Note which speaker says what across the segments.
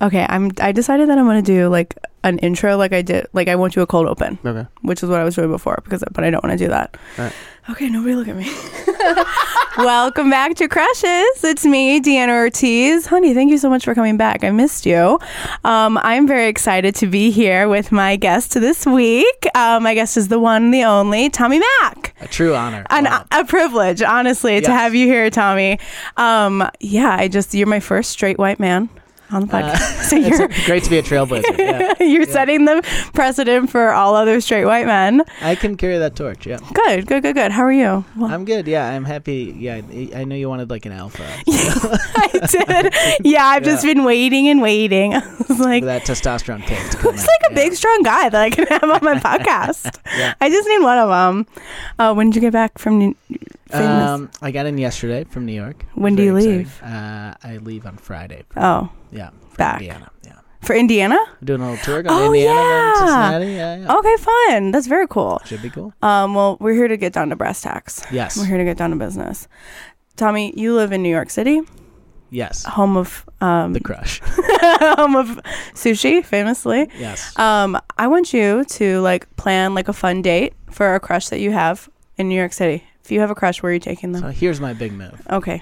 Speaker 1: Okay, I'm. I decided that I'm gonna do like an intro, like I did, like I won't do a cold open,
Speaker 2: Okay.
Speaker 1: which is what I was doing before. Because, but I don't want to do that.
Speaker 2: Alright.
Speaker 1: Okay, nobody look at me. Welcome back to Crushes. It's me, Deanna Ortiz. Honey, thank you so much for coming back. I missed you. Um, I'm very excited to be here with my guest this week. Uh, my guest is the one, the only, Tommy Mack.
Speaker 2: A true honor.
Speaker 1: An,
Speaker 2: Wow.
Speaker 1: A privilege, honestly,
Speaker 2: Yes.
Speaker 1: to have you here, Tommy. Um, yeah, I just you're my first straight white man on the podcast. so
Speaker 2: It's
Speaker 1: you're
Speaker 2: great to be a trailblazer. Uh, Yeah.
Speaker 1: you're setting the precedent for all other straight white men.
Speaker 2: I can carry that torch. Yeah.
Speaker 1: Good, good, good, good. How are you? Well,
Speaker 2: I'm good. Yeah. I'm happy. Yeah. I- I know you wanted like an alpha.
Speaker 1: I did. Yeah, I've just
Speaker 2: Yeah.
Speaker 1: been waiting and waiting. I was like,
Speaker 2: for that testosterone kick. To come
Speaker 1: it's
Speaker 2: in.
Speaker 1: like a
Speaker 2: Yeah.
Speaker 1: big, strong guy that I can have on my podcast.
Speaker 2: Yeah.
Speaker 1: I just need one of them. Uh, when did you get back from? New- from this-
Speaker 2: Um, I got in yesterday from New York.
Speaker 1: When do
Speaker 2: Very
Speaker 1: you
Speaker 2: exciting.
Speaker 1: leave?
Speaker 2: Uh, I leave on Friday.
Speaker 1: oh,
Speaker 2: Yeah. From
Speaker 1: Back.
Speaker 2: Indiana. Yeah.
Speaker 1: for Indiana.
Speaker 2: I'm doing a little tour. Going
Speaker 1: Oh,
Speaker 2: to Indiana
Speaker 1: yeah. Oh.
Speaker 2: and Cincinnati. Yeah. yeah.
Speaker 1: Okay, fun. That's very cool.
Speaker 2: Should be cool.
Speaker 1: Um, well, we're here to get down to brass tacks.
Speaker 2: Yes.
Speaker 1: We're here to get down to business. Tommy, you live in New York City,
Speaker 2: Yes.
Speaker 1: home of um,
Speaker 2: The crush.
Speaker 1: home of sushi, famously.
Speaker 2: Yes.
Speaker 1: Um, I want you to like plan like a fun date for a crush that you have in New York City. If you have a crush, where are you taking
Speaker 2: so
Speaker 1: them?
Speaker 2: here's my big move.
Speaker 1: Okay.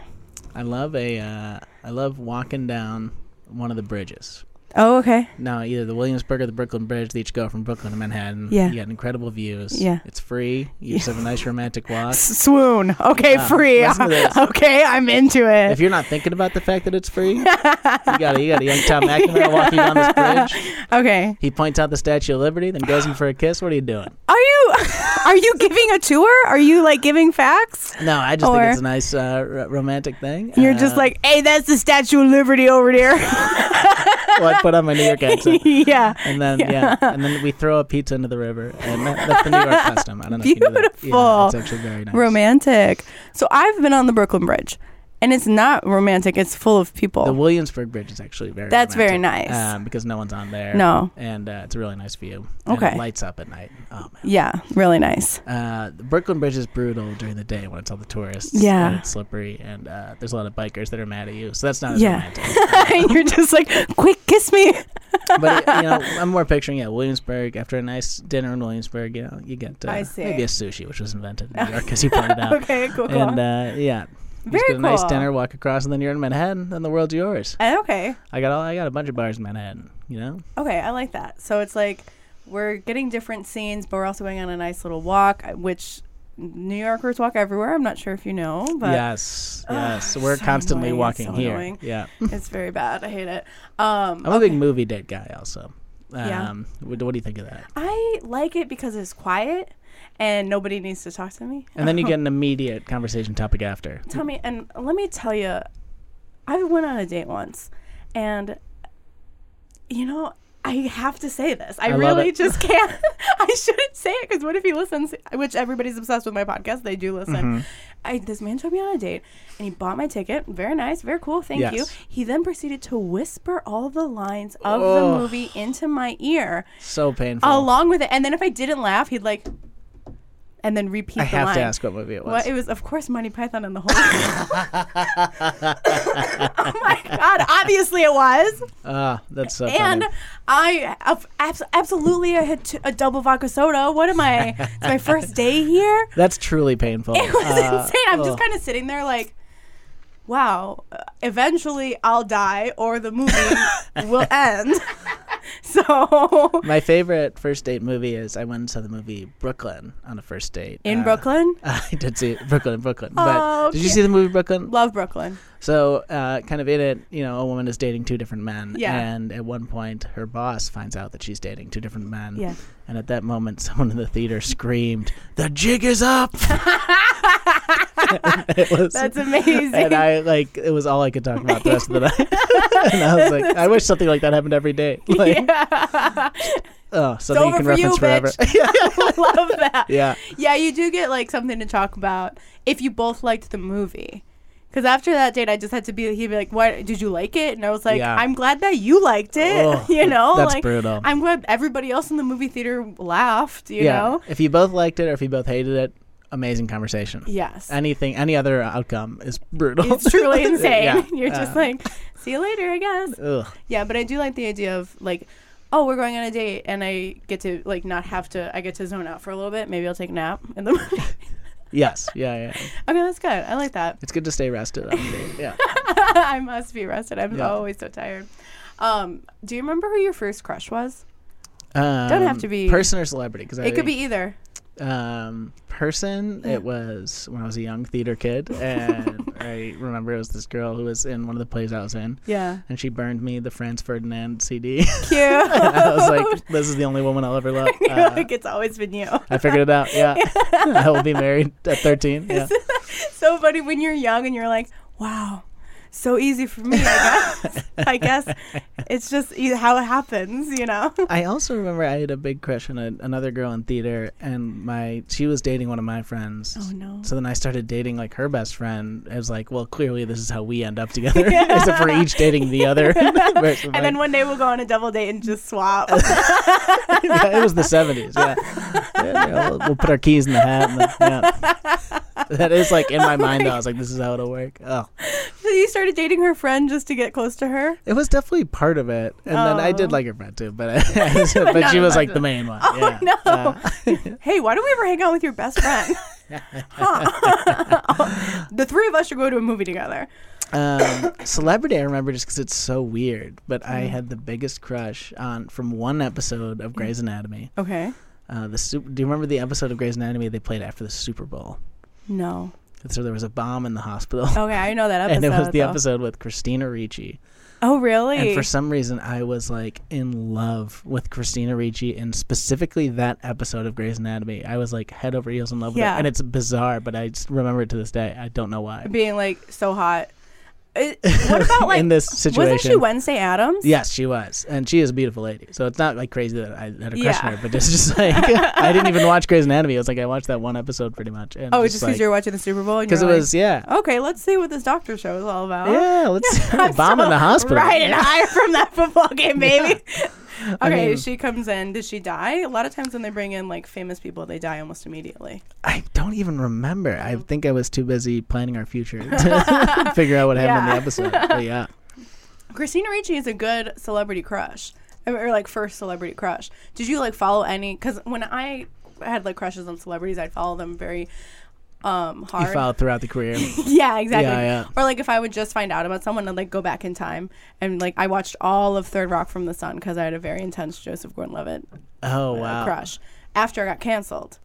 Speaker 2: I love a. Uh, I love walking down one of the bridges.
Speaker 1: Oh, okay.
Speaker 2: No, either the Williamsburg or the Brooklyn Bridge. They each go from Brooklyn to Manhattan.
Speaker 1: Yeah.
Speaker 2: You got incredible views.
Speaker 1: Yeah.
Speaker 2: It's free. You just have a nice romantic walk.
Speaker 1: S- swoon. Okay,
Speaker 2: Yeah.
Speaker 1: free.
Speaker 2: Listen to this.
Speaker 1: okay, I'm into
Speaker 2: If
Speaker 1: it.
Speaker 2: you're not thinking about the fact that it's free, you got a, you got a young Tom McNamara walking down this bridge.
Speaker 1: Okay.
Speaker 2: He points out the Statue of Liberty, then goes in for a kiss. What are you doing?
Speaker 1: Are you are you giving a tour? Are you like giving facts?
Speaker 2: No, I just
Speaker 1: Or-
Speaker 2: think it's a nice uh, r- romantic thing.
Speaker 1: You're
Speaker 2: Uh,
Speaker 1: just like, hey, that's the Statue of Liberty over there.
Speaker 2: well, I put on my New York accent.
Speaker 1: yeah.
Speaker 2: And then yeah. and then we throw a pizza into the river, and that, that's the New York custom. I don't know. If you do that.
Speaker 1: Beautiful.
Speaker 2: Yeah, it's actually very nice.
Speaker 1: Romantic. So I've been on the Brooklyn Bridge, and it's not romantic. It's full of people.
Speaker 2: The Williamsburg Bridge is actually very.
Speaker 1: That's very
Speaker 2: romantic,
Speaker 1: nice.
Speaker 2: um, because no one's on there.
Speaker 1: No.
Speaker 2: and uh, it's a really nice view. And
Speaker 1: Okay.
Speaker 2: it lights up at night. Oh man.
Speaker 1: yeah, really nice.
Speaker 2: Uh, the Brooklyn Bridge is brutal during the day when it's all the tourists.
Speaker 1: Yeah.
Speaker 2: and it's slippery, and uh, there's a lot of bikers that are mad at you. So that's not as
Speaker 1: Yeah.
Speaker 2: romantic.
Speaker 1: You're just like, quick, kiss me.
Speaker 2: but uh, you know, I'm more picturing yeah Williamsburg after a nice dinner in Williamsburg. You know, you get uh,
Speaker 1: I see.
Speaker 2: maybe a sushi, which was invented in New York, as you pointed out.
Speaker 1: okay, cool, cool.
Speaker 2: And uh, yeah, you
Speaker 1: Very
Speaker 2: just get a nice
Speaker 1: cool.
Speaker 2: dinner, walk across, and then you're in Manhattan. Then the world's yours.
Speaker 1: And okay,
Speaker 2: I got all, I got a bunch of bars in Manhattan. You know,
Speaker 1: okay, I like that. So it's like we're getting different scenes, but we're also going on a nice little walk, uh, which New Yorkers walk everywhere. I'm not sure if you know, but
Speaker 2: yes,
Speaker 1: Ugh,
Speaker 2: yes, we're
Speaker 1: so
Speaker 2: constantly
Speaker 1: annoying,
Speaker 2: walking
Speaker 1: so
Speaker 2: here.
Speaker 1: annoying.
Speaker 2: Yeah,
Speaker 1: it's very bad. I hate it. Um,
Speaker 2: I'm a big movie date guy. Also, um,
Speaker 1: Yeah.
Speaker 2: what, what do you think of that?
Speaker 1: I like it because it's quiet and nobody needs to talk to me.
Speaker 2: And then you get an immediate conversation topic after.
Speaker 1: Tell me, and let me tell you, I went on a date once, and you know, I have to say this. I,
Speaker 2: I love
Speaker 1: really
Speaker 2: it.
Speaker 1: just can't. I shouldn't say it because what if he listens? Which everybody's obsessed with my podcast. They do listen.
Speaker 2: Mm-hmm.
Speaker 1: I this man took me on a date, and he bought my ticket. Very nice, very cool. Thank you.
Speaker 2: Yes.
Speaker 1: He then proceeded to whisper all the lines of
Speaker 2: Oh.
Speaker 1: the movie into my ear
Speaker 2: So painful.
Speaker 1: along with it. And then if I didn't laugh, he'd like, and then repeat.
Speaker 2: I
Speaker 1: the
Speaker 2: have
Speaker 1: line.
Speaker 2: to ask what movie it was.
Speaker 1: Well, it was, of course, Monty Python and the Holy. oh my God! Obviously, it was.
Speaker 2: Ah, that's so
Speaker 1: And
Speaker 2: funny.
Speaker 1: I ab- abs- absolutely I had t- a double vodka soda. What am I? It's my first day here.
Speaker 2: That's truly painful.
Speaker 1: It was
Speaker 2: Uh,
Speaker 1: insane. I'm
Speaker 2: ugh.
Speaker 1: just kind of sitting there like. Wow, uh, eventually I'll die or the movie will end. so,
Speaker 2: My favorite first date movie is I went and saw the movie Brooklyn on a first date.
Speaker 1: in
Speaker 2: Uh,
Speaker 1: Brooklyn,
Speaker 2: I did see it, Brooklyn, Brooklyn.
Speaker 1: Oh,
Speaker 2: but did you
Speaker 1: okay.
Speaker 2: see the movie Brooklyn?
Speaker 1: love Brooklyn.
Speaker 2: So, uh, kind of in it, you know, a woman is dating two different men.
Speaker 1: Yeah.
Speaker 2: And at one point, her boss finds out that she's dating two different men.
Speaker 1: Yeah.
Speaker 2: And at that moment, someone in the theater screamed, "The jig is up!" it was,
Speaker 1: That's amazing.
Speaker 2: and I like it was all I could talk about the rest of the night. and I was like, I wish something like that happened every day. Like,
Speaker 1: yeah.
Speaker 2: oh, something you
Speaker 1: over
Speaker 2: can
Speaker 1: for you,
Speaker 2: reference forever.
Speaker 1: Love that.
Speaker 2: yeah.
Speaker 1: Yeah, you do get like something to talk about if you both liked the movie. Because after that date, I just had to be. He'd be like, "What did you like it?" And I was like,
Speaker 2: Yeah.
Speaker 1: "I'm glad that you liked it."
Speaker 2: Ugh,
Speaker 1: you know,
Speaker 2: that's
Speaker 1: like
Speaker 2: brutal.
Speaker 1: I'm glad everybody else in the movie theater laughed. You know,
Speaker 2: If you both liked it or if you both hated it, amazing conversation.
Speaker 1: Yes.
Speaker 2: Anything, any other outcome is brutal.
Speaker 1: it's truly insane.
Speaker 2: Yeah.
Speaker 1: You're just
Speaker 2: Uh,
Speaker 1: like, see you later, I guess.
Speaker 2: ugh.
Speaker 1: Yeah, but I do like the idea of like, oh, we're going on a date, and I get to like not have to. I get to zone out for a little bit. Maybe I'll take a nap in the morning.
Speaker 2: Yes. Yeah. Yeah.
Speaker 1: okay, that's good. I like that.
Speaker 2: It's good to stay rested. on a date. Yeah.
Speaker 1: I must be rested. I'm
Speaker 2: Yeah.
Speaker 1: always so tired. Um, do you remember who your first crush was?
Speaker 2: Um,
Speaker 1: have to be-
Speaker 2: person or celebrity because
Speaker 1: It could be either.
Speaker 2: um, person. It was when I was a young theater kid, and I remember it was this girl who was in one of the plays I was in,
Speaker 1: Yeah.
Speaker 2: and she burned me the Franz Ferdinand CD.
Speaker 1: Cute.
Speaker 2: I was like, "This is the only woman I'll ever love."
Speaker 1: You're
Speaker 2: Uh,
Speaker 1: like it's always been you.
Speaker 2: I figured it out. Yeah, I will be married at thirteen. Yeah,
Speaker 1: so funny when you're young and you're like, wow, so easy for me. I guess. I guess it's just e- how it happens, you know.
Speaker 2: I also remember I had a big crush on a, another girl in theater, and my she was dating one of my friends.
Speaker 1: Oh, no.
Speaker 2: So then I started dating like her best friend. I was like, well, clearly this is how we end up together, except for each dating the other. Whereas
Speaker 1: And then
Speaker 2: my-
Speaker 1: one day we'll go on a double date and just swap.
Speaker 2: yeah, it was the seventies. Yeah, Yeah, yeah, we'll, we'll put our keys in the hat. And then, yeah. That is like in my mind. though. I was like, this is how it'll work. Oh,
Speaker 1: so you started dating her friend just to get close to her.
Speaker 2: it was definitely part of it. And then I d
Speaker 1: Oh.
Speaker 2: did like her friend too, but I, but,
Speaker 1: not
Speaker 2: she was
Speaker 1: much
Speaker 2: like
Speaker 1: of
Speaker 2: the main one.
Speaker 1: Oh,
Speaker 2: yeah.
Speaker 1: no.
Speaker 2: Uh,
Speaker 1: Hey, why don't we ever hang out with your best friend? Huh. the three of us should go to a movie together.
Speaker 2: um, celebrity, I remember just because it's so weird. But I
Speaker 1: Mm.
Speaker 2: had the biggest crush on from one episode of Grey's Anatomy.
Speaker 1: Okay.
Speaker 2: Uh, the Sup- do you remember the episode of Grey's Anatomy they played after the Super Bowl?
Speaker 1: No.
Speaker 2: And so there was a bomb in the hospital,
Speaker 1: Okay, I know that Oh, episode.
Speaker 2: and it was the
Speaker 1: though.
Speaker 2: episode with Christina Ricci.
Speaker 1: Oh, really?
Speaker 2: And for some reason, I was like in love with Christina Ricci, and specifically that episode of Grey's Anatomy. I was like head over heels in love with
Speaker 1: Yeah.
Speaker 2: it, and it's bizarre, but I just remember it to this day. I don't know why.
Speaker 1: Being like so hot. It, what about like
Speaker 2: in this situation?
Speaker 1: Wasn't she Wednesday Adams?
Speaker 2: Yes, she was, and she is a beautiful lady. So it's not like crazy that I had a crush
Speaker 1: Yeah.
Speaker 2: on her, but it's just like I didn't even watch Grey's Anatomy. It was like I watched that one episode pretty much. And
Speaker 1: Oh, it's just because
Speaker 2: like,
Speaker 1: you're watching the Super Bowl.
Speaker 2: because
Speaker 1: Because
Speaker 2: it was yeah,
Speaker 1: Okay, let's see what this doctor show is all about.
Speaker 2: yeah. Let's bomb in the hospital.
Speaker 1: Right and high from that football game, baby. okay,
Speaker 2: I mean-
Speaker 1: she comes in. Does she die? A lot of times when they bring in like famous people, they die almost immediately.
Speaker 2: I don't even remember. I
Speaker 1: Mm.
Speaker 2: think I was too busy planning our future to figure out what happened in the episode. But yeah,
Speaker 1: Christina Ricci is a good celebrity crush, I mean, or like first celebrity crush. Did you like follow any? Because when I had like crushes on celebrities, I'd follow them very um
Speaker 2: you
Speaker 1: hard.
Speaker 2: followed throughout the career.
Speaker 1: Yeah, exactly.
Speaker 2: Yeah, yeah.
Speaker 1: Or like if I would just find out about someone, I'd like go back in time and like I watched all of Third Rock from the Sun because I had a very intense Joseph Gordon-Levitt
Speaker 2: Oh
Speaker 1: uh,
Speaker 2: wow,
Speaker 1: crush after I got canceled.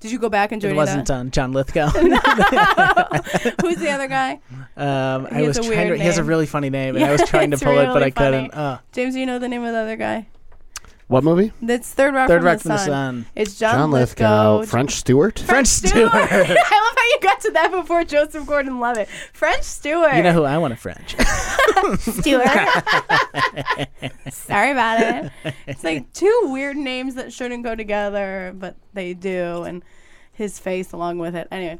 Speaker 1: Did you go back and join
Speaker 2: it
Speaker 1: any
Speaker 2: wasn't
Speaker 1: of
Speaker 2: on John Lithgow.
Speaker 1: that? Who's the other guy?
Speaker 2: um, I
Speaker 1: He has
Speaker 2: was
Speaker 1: a
Speaker 2: trying to.
Speaker 1: weird
Speaker 2: He has a
Speaker 1: name.
Speaker 2: really funny name, and
Speaker 1: Yeah,
Speaker 2: I was trying to
Speaker 1: it's
Speaker 2: pull it, but
Speaker 1: really
Speaker 2: I
Speaker 1: funny.
Speaker 2: couldn't. Uh,
Speaker 1: James, do you know the name of the other guy?
Speaker 3: What movie?
Speaker 1: That's Third Rock,
Speaker 2: Third
Speaker 1: from,
Speaker 2: Rock
Speaker 1: the sun.
Speaker 2: Sun.
Speaker 1: It's John,
Speaker 3: John
Speaker 1: Lithgow.
Speaker 3: Lithgow, French Stewart.
Speaker 2: French Stewart.
Speaker 1: I love how you got to that before Joseph Gordon-Levitt. French Stewart.
Speaker 2: You know who I want to French?
Speaker 1: Stewart. Sorry about it. It's like two weird names that shouldn't go together, but they do, and his face along with it. Anyway,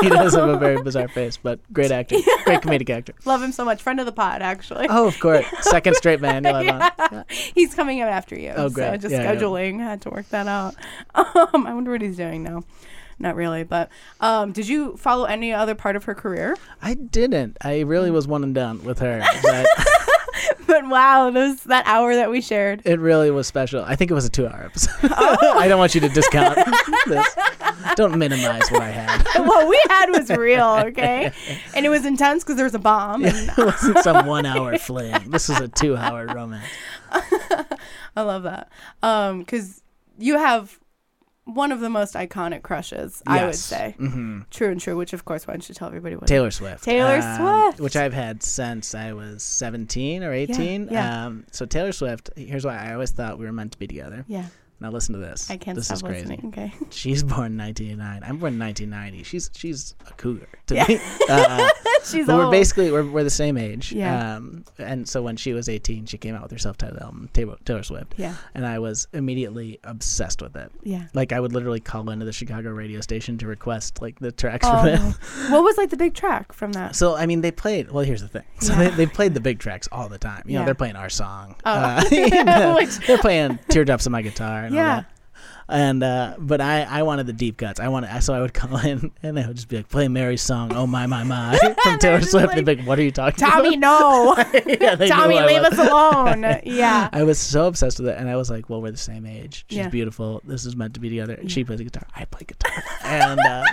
Speaker 2: he does have a very bizarre face, but great actor, great comedic actor.
Speaker 1: love him so much. Friend of the pod, actually.
Speaker 2: Oh, of course, second straight man. You'll have on.
Speaker 1: He's coming out after you.
Speaker 2: Oh,
Speaker 1: So
Speaker 2: great.
Speaker 1: just
Speaker 2: Yeah, yeah.
Speaker 1: scheduling. Had to work that out. Um, I wonder what he's doing now. Not really, but um, did you follow any other part of her career?
Speaker 2: I didn't. I really
Speaker 1: Mm.
Speaker 2: was one and done with her. But
Speaker 1: But wow, those that hour that we shared.
Speaker 2: it really was special. I think it was a two-hour episode. I don't want you to discount this. Don't minimize what I had.
Speaker 1: what we had was real, okay? And it was intense because there was a bomb. and
Speaker 2: It wasn't some one-hour fling. This was a two-hour romance.
Speaker 1: I love that. Um, because you have one of the most iconic crushes, I would
Speaker 2: Yes.
Speaker 1: say.
Speaker 2: hmm
Speaker 1: True and true, which of course, why don't you tell everybody what?
Speaker 2: Taylor Swift. Um,
Speaker 1: Taylor Swift.
Speaker 2: Which I've had since I was 17 or 18.
Speaker 1: yeah.
Speaker 2: Um, so Taylor Swift, here's why I always thought we were meant to be together.
Speaker 1: yeah,
Speaker 2: Now listen to this.
Speaker 1: I can't
Speaker 2: this
Speaker 1: stop
Speaker 2: is crazy.
Speaker 1: listening. Okay.
Speaker 2: She's born 1989. I'm born 1990. She's she's a cougar to
Speaker 1: Yeah.
Speaker 2: me. Uh,
Speaker 1: She's
Speaker 2: but
Speaker 1: old.
Speaker 2: we're basically we're, we're the same age.
Speaker 1: Yeah.
Speaker 2: Um, and so when she was 18, she came out with her self-titled album Taylor, Taylor Swift,
Speaker 1: yeah,
Speaker 2: and I was immediately obsessed with it.
Speaker 1: yeah.
Speaker 2: Like I would literally call into the Chicago radio station to request like the tracks from it.
Speaker 1: Oh, what was like the big track from that?
Speaker 2: So I mean, they played. Well, here's the thing. So
Speaker 1: Yeah.
Speaker 2: they, they played the big tracks all the time. You
Speaker 1: Yeah.
Speaker 2: know, they're playing our song. Uh,
Speaker 1: Oh.
Speaker 2: you know,
Speaker 1: Which-
Speaker 2: they're playing "Teardrops on My Guitar" and all
Speaker 1: Yeah.
Speaker 2: that. And uh, but I, I wanted the deep cuts. I wanted so I would call in and I would just be like, play Mary's song, "Oh My My My" from Taylor
Speaker 1: just
Speaker 2: Swift.
Speaker 1: like,
Speaker 2: and be like, what are you talking
Speaker 1: Tommy, no.
Speaker 2: about? Yeah, they knew
Speaker 1: Tommy,
Speaker 2: I
Speaker 1: leave
Speaker 2: was.
Speaker 1: us alone. Yeah.
Speaker 2: I was so obsessed with it, and I was like, "Well, we're the same age. She's
Speaker 1: Yeah.
Speaker 2: beautiful. This is meant to be together." And she plays the guitar. I play guitar, and uh,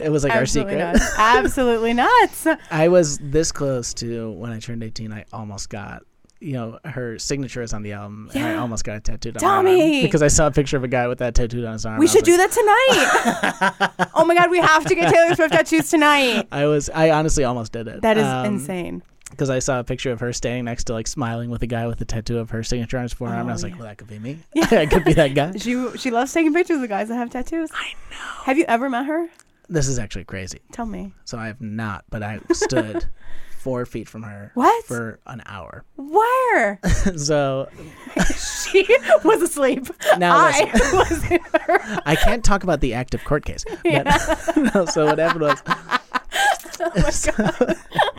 Speaker 2: it was like
Speaker 1: Absolutely
Speaker 2: our
Speaker 1: not.
Speaker 2: secret.
Speaker 1: Absolutely nuts.
Speaker 2: I was this close to when I turned eighteen. I almost got. You know, her signature is on the album, and I
Speaker 1: Yeah.
Speaker 2: almost got a tattooed on my
Speaker 1: Tommy!
Speaker 2: arm because I saw a picture of a guy with that tattooed on his arm.
Speaker 1: We
Speaker 2: I
Speaker 1: should do
Speaker 2: was
Speaker 1: that tonight. oh my God, we have to get Taylor Swift tattoos tonight.
Speaker 2: I was, I honestly almost did it.
Speaker 1: That is
Speaker 2: Um,
Speaker 1: insane.
Speaker 2: because I saw a picture of her standing next to like smiling with a guy with a tattoo of her signature on his forearm, and I
Speaker 1: Oh,
Speaker 2: was like,
Speaker 1: yeah.
Speaker 2: "Well, that could be me. that could be that guy."
Speaker 1: She she loves taking pictures of guys that have tattoos. I know. Have you ever met her?
Speaker 2: This is actually crazy.
Speaker 1: Tell me.
Speaker 2: So I have not, but I stood four feet from her
Speaker 1: What?
Speaker 2: for an hour.
Speaker 1: Where?
Speaker 2: So
Speaker 1: she was asleep.
Speaker 2: Now
Speaker 1: I was in her.
Speaker 2: I can't talk about the active court case. But, no, so what happened was.
Speaker 1: Oh
Speaker 2: so,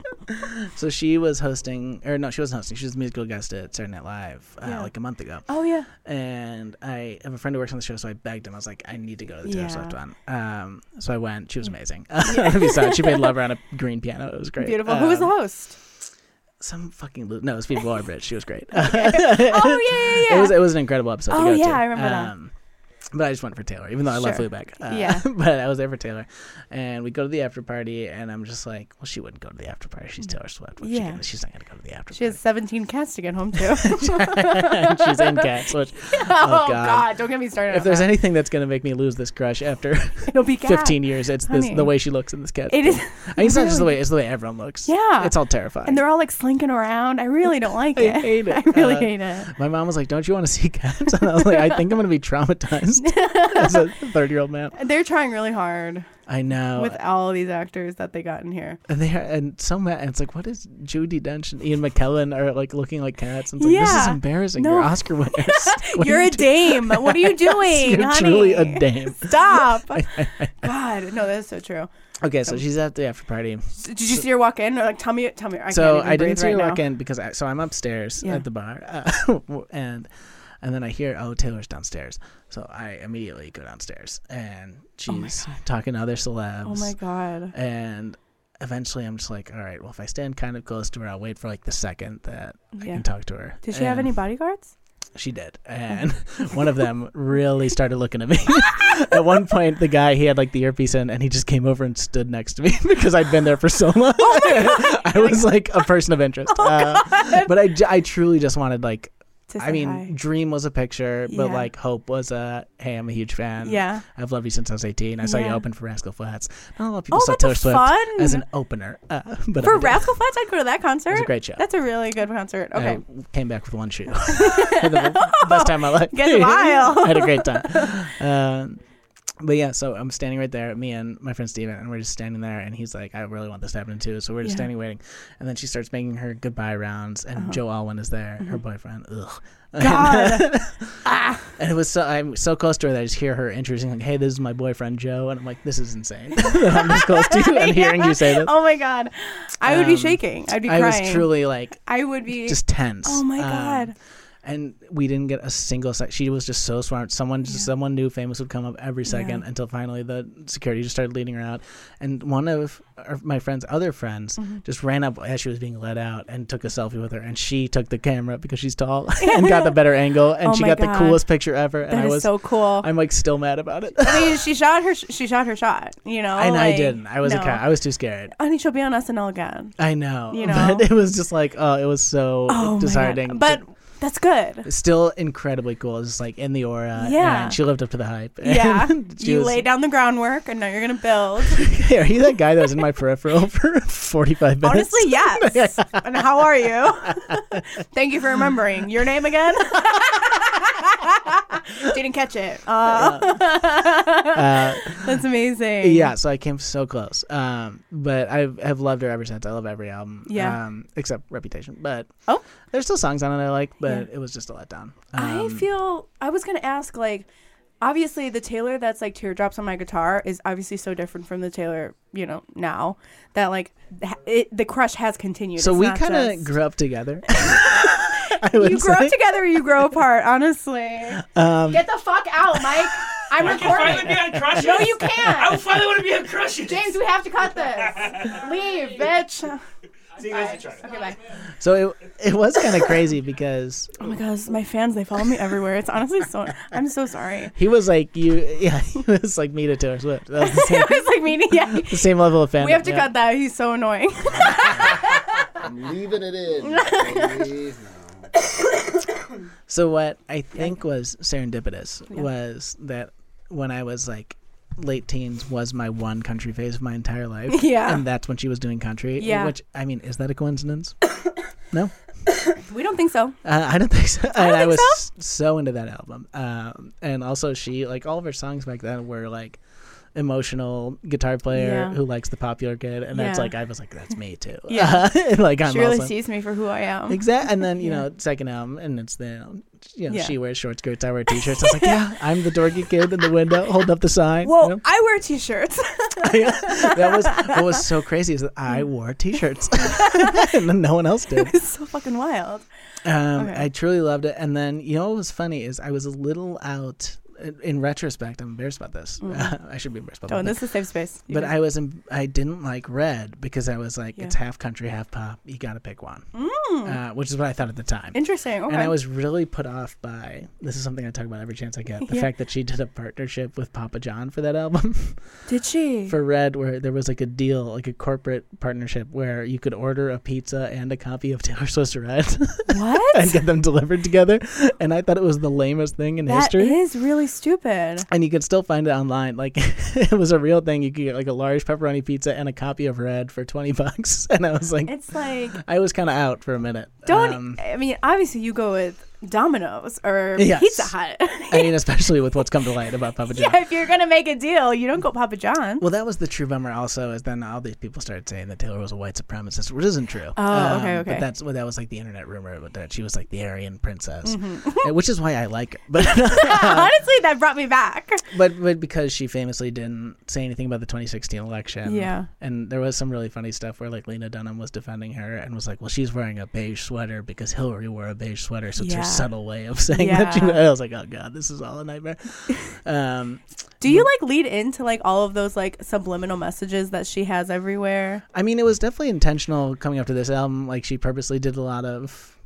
Speaker 2: so she was hosting, or no, she wasn't hosting. She was a musical guest at Saturday Night Live uh,
Speaker 1: Yeah.
Speaker 2: like a month ago.
Speaker 1: Oh yeah.
Speaker 2: and I have a friend who works on the show, so I begged him. I was like, I need to go to the Taylor
Speaker 1: Yeah. Mm.
Speaker 2: Swift one. Um, so I went. She was amazing. Besides, she played "Lover" on a green piano. It was great.
Speaker 1: Beautiful. Who was the
Speaker 2: Um,
Speaker 1: host?
Speaker 2: Some fucking lo- no, it was Phoebe Waller-Bridge. She was great.
Speaker 1: Oh yeah, yeah, yeah.
Speaker 2: It was it was an incredible episode. to
Speaker 1: Oh,
Speaker 2: go
Speaker 1: yeah,
Speaker 2: to.
Speaker 1: I remember that.
Speaker 2: Um, But I just went for Taylor, even though I love
Speaker 1: Sure.
Speaker 2: Fleabag. Uh,
Speaker 1: Yeah.
Speaker 2: But I was there for Taylor, and we go to the after party, and I'm just like, well, she wouldn't go to the after party. She's Taylor Swift. What's she
Speaker 1: Yeah.
Speaker 2: gonna- she's not gonna go to the after
Speaker 1: she has
Speaker 2: party.
Speaker 1: 17 cats to get home to. oh,
Speaker 2: and she's in cats, which
Speaker 1: God.
Speaker 2: God.
Speaker 1: don't get me started.
Speaker 2: if there's
Speaker 1: any,
Speaker 2: anything that's gonna make me lose this crush after
Speaker 1: it'll be cat.
Speaker 2: 15 years. It's this,
Speaker 1: Honey.
Speaker 2: the way she looks in this cat.
Speaker 1: It is,
Speaker 2: I mean, it's not just the
Speaker 1: really-
Speaker 2: way; it's the way everyone looks.
Speaker 1: Yeah.
Speaker 2: it's all terrifying.
Speaker 1: and they're all like slinking around. I really don't like
Speaker 2: I
Speaker 1: it.
Speaker 2: hate it.
Speaker 1: I really
Speaker 2: Uh,
Speaker 1: hate it.
Speaker 2: My mom was like, "Don't you want to see cats?" And I was like, "I think I'm going to be traumatized as a 30 year old man."
Speaker 1: They're trying really hard
Speaker 2: I know.
Speaker 1: with all these actors that they got in here.
Speaker 2: and they are, and so mad. And it's like, what is Judy Dench and Ian McKellen are like looking like cats? And it's like, this is
Speaker 1: Yeah.
Speaker 2: embarrassing.
Speaker 1: No.
Speaker 2: You're Oscar winners. What are
Speaker 1: You're
Speaker 2: you
Speaker 1: a
Speaker 2: doing?
Speaker 1: dame. What are you doing,
Speaker 2: You're
Speaker 1: honey?
Speaker 2: truly a dame.
Speaker 1: Stop. God, no, that's so true.
Speaker 2: Okay, so she's at the after party.
Speaker 1: Did you see her walk in? Or like, tell me, tell me. I
Speaker 2: so
Speaker 1: can't even
Speaker 2: I didn't
Speaker 1: breathe
Speaker 2: see
Speaker 1: right
Speaker 2: her
Speaker 1: now.
Speaker 2: walk in because I, so I'm upstairs
Speaker 1: Yeah.
Speaker 2: at the bar, uh, and and then I hear oh Taylor's downstairs, so I immediately go downstairs and she's talking to other celebs,
Speaker 1: Oh my god.
Speaker 2: and eventually I'm just like, all right, well if I stand kind of close to her, I'll wait for like the second that I
Speaker 1: Yeah.
Speaker 2: can talk to her.
Speaker 1: Did she have
Speaker 2: And
Speaker 1: any bodyguards?
Speaker 2: She did, and one of them really started looking at me. at one point, the guy he had like the earpiece in, and he just came over and stood next to me because I'd been there for so long.
Speaker 1: Oh
Speaker 2: I was like a person of interest. Uh, but I, ju- I truly just wanted like
Speaker 1: To
Speaker 2: I
Speaker 1: say
Speaker 2: mean,
Speaker 1: hi?
Speaker 2: Dream was a picture, but
Speaker 1: Yeah.
Speaker 2: like Hope was a hey, I'm a huge fan.
Speaker 1: yeah.
Speaker 2: I've loved you since I was 18. I saw you
Speaker 1: Yeah.
Speaker 2: open for Rascal Flats. Not a lot of people
Speaker 1: Oh,
Speaker 2: saw
Speaker 1: that's
Speaker 2: Taylor Swift
Speaker 1: fun.
Speaker 2: as an opener, uh, but I
Speaker 1: Mm-hmm. For
Speaker 2: did.
Speaker 1: Rascal Flats, I'd go to that concert.
Speaker 2: it was a great show.
Speaker 1: That's a really good concert.
Speaker 2: I
Speaker 1: Okay.
Speaker 2: came back with one shoe. the best time of my life.
Speaker 1: Get wild.
Speaker 2: I had a great time. Um, but yeah, so I'm standing right there, me and my friend Steven, and we're just standing there, and he's like, I really want this to happen too. So we're just
Speaker 1: Yeah. Uh-huh.
Speaker 2: standing waiting. And then she starts making her goodbye rounds, and Joe Alwyn is there, her boyfriend. Ugh.
Speaker 1: Mm-hmm. God. ah.
Speaker 2: And it was so, I'm so close to her that I just hear her introducing, like, hey, this is my boyfriend Joe. And I'm like, this is insane. I'm this close to you and hearing you say this.
Speaker 1: Oh my god. I would be
Speaker 2: Um,
Speaker 1: shaking. I'd be
Speaker 2: I
Speaker 1: crying.
Speaker 2: was truly like,
Speaker 1: I would be.
Speaker 2: just tense.
Speaker 1: Oh my
Speaker 2: Um,
Speaker 1: God.
Speaker 2: and we didn't get a single sec. She was just so smart. Someone, just someone new, famous would come up every second until finally the security just started leading her out. And one of our, my friend's other friends
Speaker 1: Mm-hmm.
Speaker 2: just ran up as she was being let out and took a selfie with her. And she took the camera because she's tall and got the better angle. And
Speaker 1: Oh
Speaker 2: she
Speaker 1: my
Speaker 2: got
Speaker 1: God.
Speaker 2: the coolest picture ever.
Speaker 1: that
Speaker 2: And I
Speaker 1: is
Speaker 2: was,
Speaker 1: so cool. i
Speaker 2: I'm like still mad about it.
Speaker 1: mean, she shot her. Sh- she shot her shot. You know.
Speaker 2: and I
Speaker 1: like,
Speaker 2: didn't. I was a
Speaker 1: no.
Speaker 2: cat. I was too scared.
Speaker 1: Honey, she'll be on SNL again.
Speaker 2: I know.
Speaker 1: You know?
Speaker 2: But it was just like, oh, it was so
Speaker 1: Oh
Speaker 2: disheartening.
Speaker 1: my
Speaker 2: to-
Speaker 1: god. But that's good.
Speaker 2: still incredibly cool. Just like in the aura.
Speaker 1: Yeah.
Speaker 2: And she lived up to the hype.
Speaker 1: Yeah.
Speaker 2: And she
Speaker 1: you
Speaker 2: was-
Speaker 1: lay down the groundwork, and now you're gonna build.
Speaker 2: Are you that guy that was in my peripheral for 45 minutes?
Speaker 1: Honestly, yes. and how are you? Thank you for remembering your name again. Didn't catch it. Uh,
Speaker 2: Uh,
Speaker 1: that's amazing.
Speaker 2: yeah. So I came so close. Um, but I have loved her ever since. I love every album.
Speaker 1: Yeah.
Speaker 2: Um, except Reputation. But
Speaker 1: Oh.
Speaker 2: there's still songs on it I like, but it was just a letdown.
Speaker 1: I
Speaker 2: Um,
Speaker 1: feel I was gonna ask like, obviously the Taylor that's like teardrops on my guitar is obviously so different from the Taylor you know now that like ha- it, the crush has continued.
Speaker 2: So
Speaker 1: It's
Speaker 2: we
Speaker 1: not
Speaker 2: kind of
Speaker 1: just-
Speaker 2: grew up together. I would
Speaker 1: You grow
Speaker 2: say.
Speaker 1: together, or you grow apart. Honestly,
Speaker 2: Um,
Speaker 4: Get the fuck out, Mike. I'm
Speaker 5: I can finally
Speaker 4: recording.
Speaker 5: be on crushes.
Speaker 4: No, you
Speaker 5: I
Speaker 4: can't.
Speaker 5: finally want to be on crushes.
Speaker 4: James, we have to cut this. Leave, bitch.
Speaker 5: See you guys in China.
Speaker 4: Okay, bye.
Speaker 2: so it, it was kind of crazy because
Speaker 1: oh my gosh, my fans—they follow me everywhere. It's honestly so. I'm so sorry.
Speaker 2: he was like you, yeah, he was like me to Taylor Swift. That was the same,
Speaker 1: it was like meeting. Yeah,
Speaker 2: the same level of fan.
Speaker 1: we have to cut that. He's so annoying.
Speaker 3: I'm leaving it in. Please, no.
Speaker 2: So what I think was serendipitous was that when I was like late teens was my one country phase of my entire life.
Speaker 1: Yeah.
Speaker 2: And that's when she was doing country.
Speaker 1: Yeah.
Speaker 2: Which I mean, is that a coincidence?
Speaker 1: we don't think so.
Speaker 2: Uh, I don't think so. and I
Speaker 1: think
Speaker 2: was
Speaker 1: so.
Speaker 2: s- so into that album. Um, and also she like all of her songs back then were like emotional guitar player
Speaker 1: Yeah.
Speaker 2: who likes the popular kid and that's
Speaker 1: Yeah.
Speaker 2: like I was like that's me too.
Speaker 1: Yeah.
Speaker 2: Uh, like I'm
Speaker 1: she really
Speaker 2: also-
Speaker 1: sees me for who I am.
Speaker 2: Exactly. And then, you
Speaker 1: Yeah.
Speaker 2: know, second album, and it's the, you know,
Speaker 1: Yeah.
Speaker 2: she wears short skirts, I wear t shirts. I was like, yeah, I'm the dorky kid in the window, holding up the sign. you
Speaker 1: Whoa,
Speaker 2: know?
Speaker 1: I wear t-shirts.
Speaker 2: that was what was so crazy is that I
Speaker 1: Mm.
Speaker 2: wore t shirts and no one else did.
Speaker 1: it's so fucking wild.
Speaker 2: Um,
Speaker 1: Okay.
Speaker 2: I truly loved it. And then, you know, what was funny is I was a little out. In retrospect, I'm embarrassed about this. I should be embarrassed about
Speaker 1: Oh, and
Speaker 2: that.
Speaker 1: this is safe space. You
Speaker 2: But
Speaker 1: can-
Speaker 2: I was in, I didn't like red because I was like,
Speaker 1: Yeah. Mm.
Speaker 2: it's half country, half pop. You got to pick one, uh, which is what I thought at the time.
Speaker 1: interesting. Okay.
Speaker 2: And I was really put off by this is something I talk about every chance I get the
Speaker 1: Yeah.
Speaker 2: fact that she did a partnership with Papa John for that album
Speaker 1: Did she?
Speaker 2: for Red, where there was like a deal, like a corporate partnership where you could order a pizza and a copy of Taylor Swift's Red and
Speaker 1: what?
Speaker 2: get them delivered together. And I thought it was the lamest thing in
Speaker 1: That
Speaker 2: history.
Speaker 1: is really stupid.
Speaker 2: and you could still find it online. Like it was a real thing. You could get like a large pepperoni pizza and a copy of Red for twenty bucks. And I was like,
Speaker 1: It's like
Speaker 2: I was kind of out for a minute.
Speaker 1: don't.
Speaker 2: Um,
Speaker 1: I mean, obviously you go with Domino's or
Speaker 2: Yes.
Speaker 1: Pizza Hut.
Speaker 2: I mean, especially with what's come to light about Papa John.
Speaker 1: yeah, if you're gonna make a deal, you don't go Papa John's.
Speaker 2: Well, that was the true bummer. Also, is then all these people started saying that Taylor was a white supremacist, which isn't true. Um,
Speaker 1: Oh, okay, okay.
Speaker 2: But that's well, that was like the internet rumor that she was like the Aryan princess,
Speaker 1: Mm-hmm.
Speaker 2: Uh, which is why I like her. But uh,
Speaker 1: Honestly, that brought me back.
Speaker 2: but but because she famously didn't say anything about the 2016 election.
Speaker 1: Yeah.
Speaker 2: And there was some really funny stuff where like Lena Dunham was defending her and was like, "Well, she's wearing a beige sweater because Hillary wore a beige sweater, so it's
Speaker 1: Yeah.
Speaker 2: her subtle way of saying that." She,
Speaker 1: Yeah.
Speaker 2: I was like, "Oh God, this is all a nightmare." um,
Speaker 1: Do you like lead into like all of those like subliminal messages that she has everywhere?
Speaker 2: I mean, it was definitely intentional coming up to this album. Like she purposely did a lot of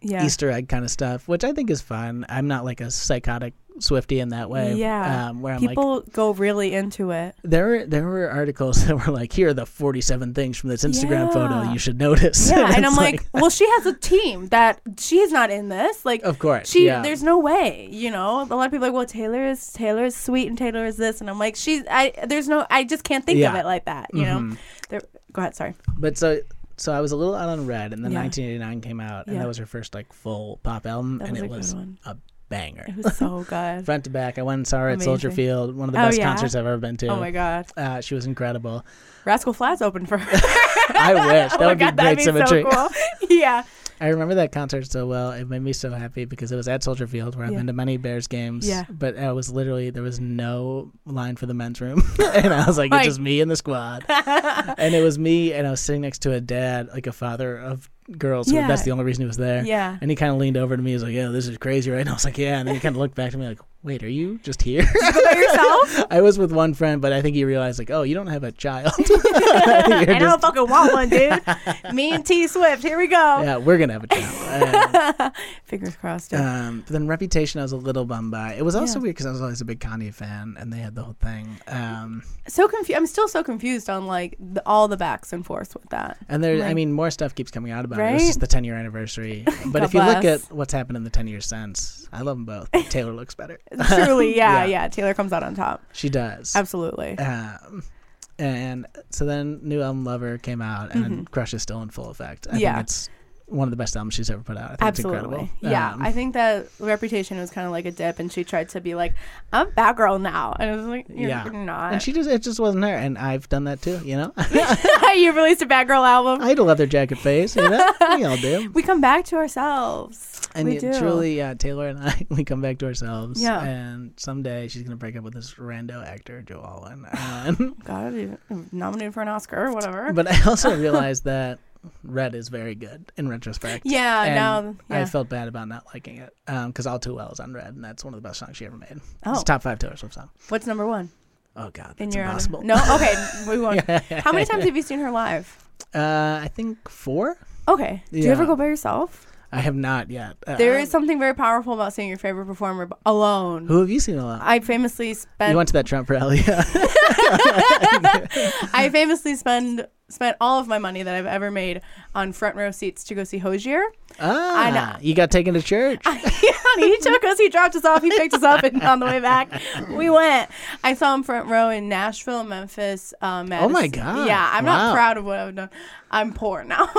Speaker 1: Yeah.
Speaker 2: Easter egg kind of stuff, which I think is fun. I'm not like a psychotic Swifty in that way.
Speaker 1: Yeah.
Speaker 2: Um, where I'm like,
Speaker 1: People go really into it.
Speaker 2: there were there were articles that were like, here are the 47 things from this Instagram
Speaker 1: Yeah.
Speaker 2: photo you should notice.
Speaker 1: Yeah, and
Speaker 2: it's
Speaker 1: I'm like, well, she has a team that she's not in this. Like,
Speaker 2: Of course,
Speaker 1: she
Speaker 2: yeah.
Speaker 1: there's no way. You know, a lot of people are like, well, Taylor is Taylor is sweet and Taylor is this, and I'm like, she's I there's no I just can't think of
Speaker 2: Yeah. Mm-hmm.
Speaker 1: it like that. You know, there, go ahead, sorry.
Speaker 2: but so. So I was a little out on Red, and then
Speaker 1: Yeah.
Speaker 2: 1989 came out, and
Speaker 1: Yeah.
Speaker 2: that was her first like full pop album,
Speaker 1: That
Speaker 2: and
Speaker 1: was a
Speaker 2: it
Speaker 1: good
Speaker 2: was
Speaker 1: one.
Speaker 2: a banger,
Speaker 1: It was so good.
Speaker 2: front to back. I went and saw her at Soldier
Speaker 1: Amazing.
Speaker 2: Field, one of the
Speaker 1: Oh,
Speaker 2: best
Speaker 1: yeah?
Speaker 2: concerts I've ever been to.
Speaker 1: Oh my god,
Speaker 2: Uh, she was incredible.
Speaker 1: Rascal Flats opened for her.
Speaker 2: I wish that
Speaker 1: oh my
Speaker 2: would
Speaker 1: god,
Speaker 2: be
Speaker 1: that'd
Speaker 2: great
Speaker 1: be
Speaker 2: symmetry.
Speaker 1: so cool. yeah,
Speaker 2: I remember that concert so well. It made me so happy because it was at Soldier Field where I've
Speaker 1: Yeah.
Speaker 2: been to many Bears games.
Speaker 1: Yeah.
Speaker 2: But I was literally there was no line for the men's room. and I was like,
Speaker 1: Right.
Speaker 2: it's just me and the squad. and it was me and I was sitting next to a dad, like a father of girls. So
Speaker 1: Yeah.
Speaker 2: that's the only reason he was there.
Speaker 1: yeah.
Speaker 2: And he kinda leaned over to me, he was like, Yeah, this is crazy, right? And I was like, Yeah and then he kinda looked back to me like, Wait, are you just here?
Speaker 1: By yourself,
Speaker 2: I was with one friend, but I think he realized like, Oh, you don't have a child. You're
Speaker 1: and I
Speaker 2: just-
Speaker 1: don't fucking want one, dude. Me and T Swift, here we go.
Speaker 2: yeah, we're gonna have a child. And-
Speaker 1: Fingers crossed. dude.
Speaker 2: Um, but then Reputation, I was a little bummed by. It was also
Speaker 1: Yeah.
Speaker 2: weird because I was always a big Kanye fan, and they had the whole thing. Um,
Speaker 1: so confused. I'm still so confused on like the, all the backs and forths with that.
Speaker 2: and there, I
Speaker 1: Right.
Speaker 2: mean, more stuff keeps coming out about it. It's
Speaker 1: Right?
Speaker 2: just the ten year anniversary. But
Speaker 1: God
Speaker 2: if you look
Speaker 1: bless.
Speaker 2: at what's happened in the ten years since, I love them both. Taylor looks better.
Speaker 1: Truly, yeah, yeah,
Speaker 2: Yeah.
Speaker 1: Taylor comes out on top.
Speaker 2: She does.
Speaker 1: Absolutely.
Speaker 2: Um, and so then new album Lover came out, and Crush is still in full effect. I
Speaker 1: Mm-hmm. Yeah.
Speaker 2: think it's one of the best albums she's ever put out. I think it's
Speaker 1: Absolutely.
Speaker 2: incredible.
Speaker 1: Yeah.
Speaker 2: Um,
Speaker 1: I think that reputation was kind of like a dip, and she tried to be like, I'm Batgirl now. And it was like, You're
Speaker 2: Yeah.
Speaker 1: not.
Speaker 2: and she just it just wasn't her, and I've done that too. You know,
Speaker 1: you released a Batgirl album.
Speaker 2: I had a leather jacket phase. You know, we all do.
Speaker 1: we come back to ourselves.
Speaker 2: And
Speaker 1: we
Speaker 2: it
Speaker 1: do.
Speaker 2: truly, yeah, Taylor and I, we come back to ourselves.
Speaker 1: Yeah.
Speaker 2: And someday she's gonna break up with this rando actor, Joe Alwyn. And,
Speaker 1: God, you- nominated for an Oscar or whatever.
Speaker 2: but I also realized that Red is very good in retrospect.
Speaker 1: Yeah,
Speaker 2: And
Speaker 1: no, yeah.
Speaker 2: I felt bad about not liking it because All Too Well is on Red, and that's one of the best songs she ever made. It's
Speaker 1: Oh.
Speaker 2: a top five Taylor Swift song.
Speaker 1: What's number one?
Speaker 2: Oh God,
Speaker 1: In
Speaker 2: that's
Speaker 1: your honor?
Speaker 2: impossible.
Speaker 1: No, okay, we won't. How many times have you seen her live?
Speaker 2: Uh, I think four.
Speaker 1: Okay. Do you ever
Speaker 2: Yeah.
Speaker 1: go by yourself?
Speaker 2: I have not yet. Uh,
Speaker 1: There is something very powerful about seeing your favorite performer b- alone.
Speaker 2: Who have you seen a lot?
Speaker 1: I famously spent
Speaker 2: you went to that Trump rally. Yeah.
Speaker 1: I famously spend spent all of my money that I've ever made on front row seats to go see Hozier.
Speaker 2: ah,
Speaker 1: know.
Speaker 2: you got taken to church.
Speaker 1: he took us, he dropped us off, he picked us up, and on the way back, we went. I saw him front row in Nashville, Memphis. Um,
Speaker 2: Oh my God.
Speaker 1: Yeah, I'm not
Speaker 2: Wow.
Speaker 1: proud of what I've done. I'm poor now.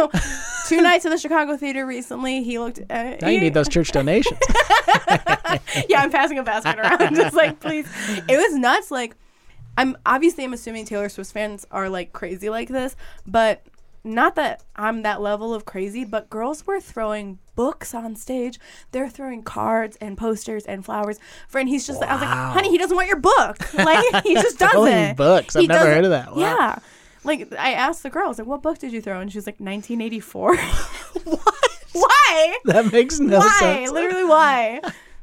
Speaker 1: Two nights in the Chicago Theater recently. He looked. Uh,
Speaker 2: now
Speaker 1: he-
Speaker 2: you need those church donations.
Speaker 1: yeah, I'm passing a basket around. Just like, please. It was nuts. Like, I'm obviously I'm assuming Taylor Swift fans are like crazy like this, but not that I'm that level of crazy, but girls were throwing books on stage. They're throwing cards and posters and flowers. Friend, he's just like, I was like,
Speaker 2: Wow.
Speaker 1: honey, he doesn't want your book. Like, he just doesn't.
Speaker 2: Throwing books. I've
Speaker 1: He
Speaker 2: never
Speaker 1: doesn't-
Speaker 2: heard of that. Wow.
Speaker 1: Yeah. Like, I asked the girl, I was like, what book did you throw? And she was like, 1984. what? Why?
Speaker 2: that makes no
Speaker 1: why?
Speaker 2: sense.
Speaker 1: Literally, why?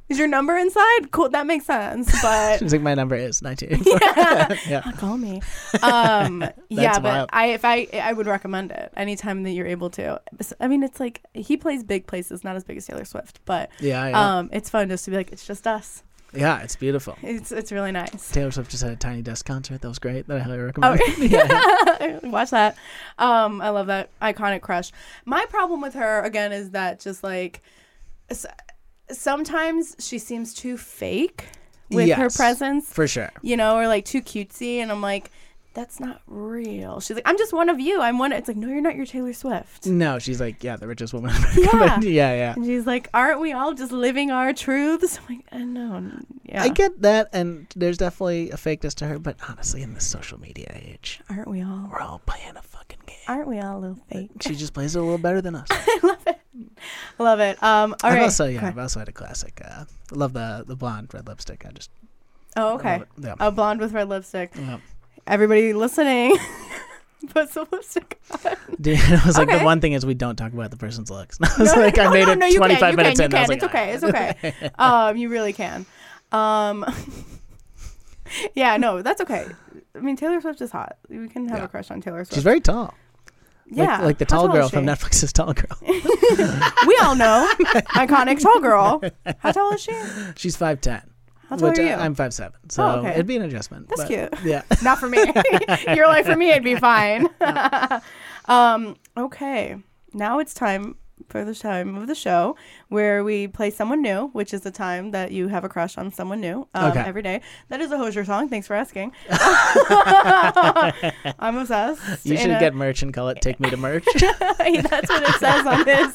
Speaker 1: Is your number inside? Cool, that makes sense. But
Speaker 2: She's like, my number is 1984. yeah.
Speaker 1: call me. Um, yeah, but
Speaker 2: wild.
Speaker 1: I if I I would recommend it anytime that you're able to. S- I mean, it's like he plays big places, not as big as Taylor Swift, but
Speaker 2: Yeah, yeah.
Speaker 1: um, it's fun just to be like it's just us.
Speaker 2: yeah, it's beautiful.
Speaker 1: It's it's really nice.
Speaker 2: Taylor Swift just had a Tiny Desk concert. That was great. That I
Speaker 1: Oh,
Speaker 2: highly recommend.
Speaker 1: Okay.
Speaker 2: yeah, yeah.
Speaker 1: Watch that. Um, I love that iconic crush. My problem with her again is that just like s- sometimes she seems too fake with her
Speaker 2: Yes,
Speaker 1: presence.
Speaker 2: For sure.
Speaker 1: you know, or like too cutesy. And I'm like, that's not real. She's like, I'm just one of you. I'm one. It's like, no, you're not. You're Taylor Swift.
Speaker 2: No, she's like, yeah, the richest woman. in America.
Speaker 1: Yeah.
Speaker 2: But yeah, yeah.
Speaker 1: And she's like, aren't we all just living our truths? I'm like, I know. Yeah.
Speaker 2: I get that, and there's definitely a fakeness to her. But honestly, in this social media age,
Speaker 1: aren't we all?
Speaker 2: we're all playing a fucking game.
Speaker 1: Aren't we all a little fake?
Speaker 2: She just plays it a little better than us.
Speaker 1: I love it. Um. All
Speaker 2: I've
Speaker 1: right.
Speaker 2: also, yeah,
Speaker 1: Okay.
Speaker 2: I've also had a classic. Uh, love the the blonde red lipstick. I just
Speaker 1: Oh,
Speaker 2: I
Speaker 1: okay. Oh.
Speaker 2: love it. yeah.
Speaker 1: A blonde with red lipstick.
Speaker 2: Yeah.
Speaker 1: Everybody listening, put some lipstick on.
Speaker 2: I was like,
Speaker 1: Okay.
Speaker 2: the one thing is we don't talk about the person's looks. I was
Speaker 1: No,
Speaker 2: like, I
Speaker 1: no, Oh,
Speaker 2: made
Speaker 1: no,
Speaker 2: it
Speaker 1: no, you
Speaker 2: 25
Speaker 1: can, you
Speaker 2: minutes
Speaker 1: can,
Speaker 2: in.
Speaker 1: You
Speaker 2: I was
Speaker 1: can.
Speaker 2: like, "Ah."
Speaker 1: it's okay. It's okay. um, you really can. Um, yeah, no, that's okay. I mean, Taylor Swift is hot. We can have
Speaker 2: Yeah.
Speaker 1: a crush on Taylor Swift.
Speaker 2: She's very tall. Like-
Speaker 1: yeah,
Speaker 2: Like, the
Speaker 1: How
Speaker 2: tall
Speaker 1: is
Speaker 2: girl from
Speaker 1: she?
Speaker 2: Netflix's Tall Girl.
Speaker 1: We all know iconic tall girl. How tall is she?
Speaker 2: She's 5'10.
Speaker 1: How tall
Speaker 2: which
Speaker 1: are
Speaker 2: I-
Speaker 1: you?
Speaker 2: I'm 5'7. So
Speaker 1: Oh, okay.
Speaker 2: it'd be an adjustment.
Speaker 1: That's
Speaker 2: but-
Speaker 1: cute.
Speaker 2: Yeah.
Speaker 1: Not for me. You're like for me, it'd be fine. um, okay, now it's time for the time of the show where we play someone new, which is the time that you have a crush on someone new um,
Speaker 2: Okay.
Speaker 1: every day. That is a Hosier song. Thanks for asking. I'm obsessed.
Speaker 2: You
Speaker 1: in
Speaker 2: should
Speaker 1: a-
Speaker 2: get merch and call it Take Me to Merch.
Speaker 1: That's what it says on his.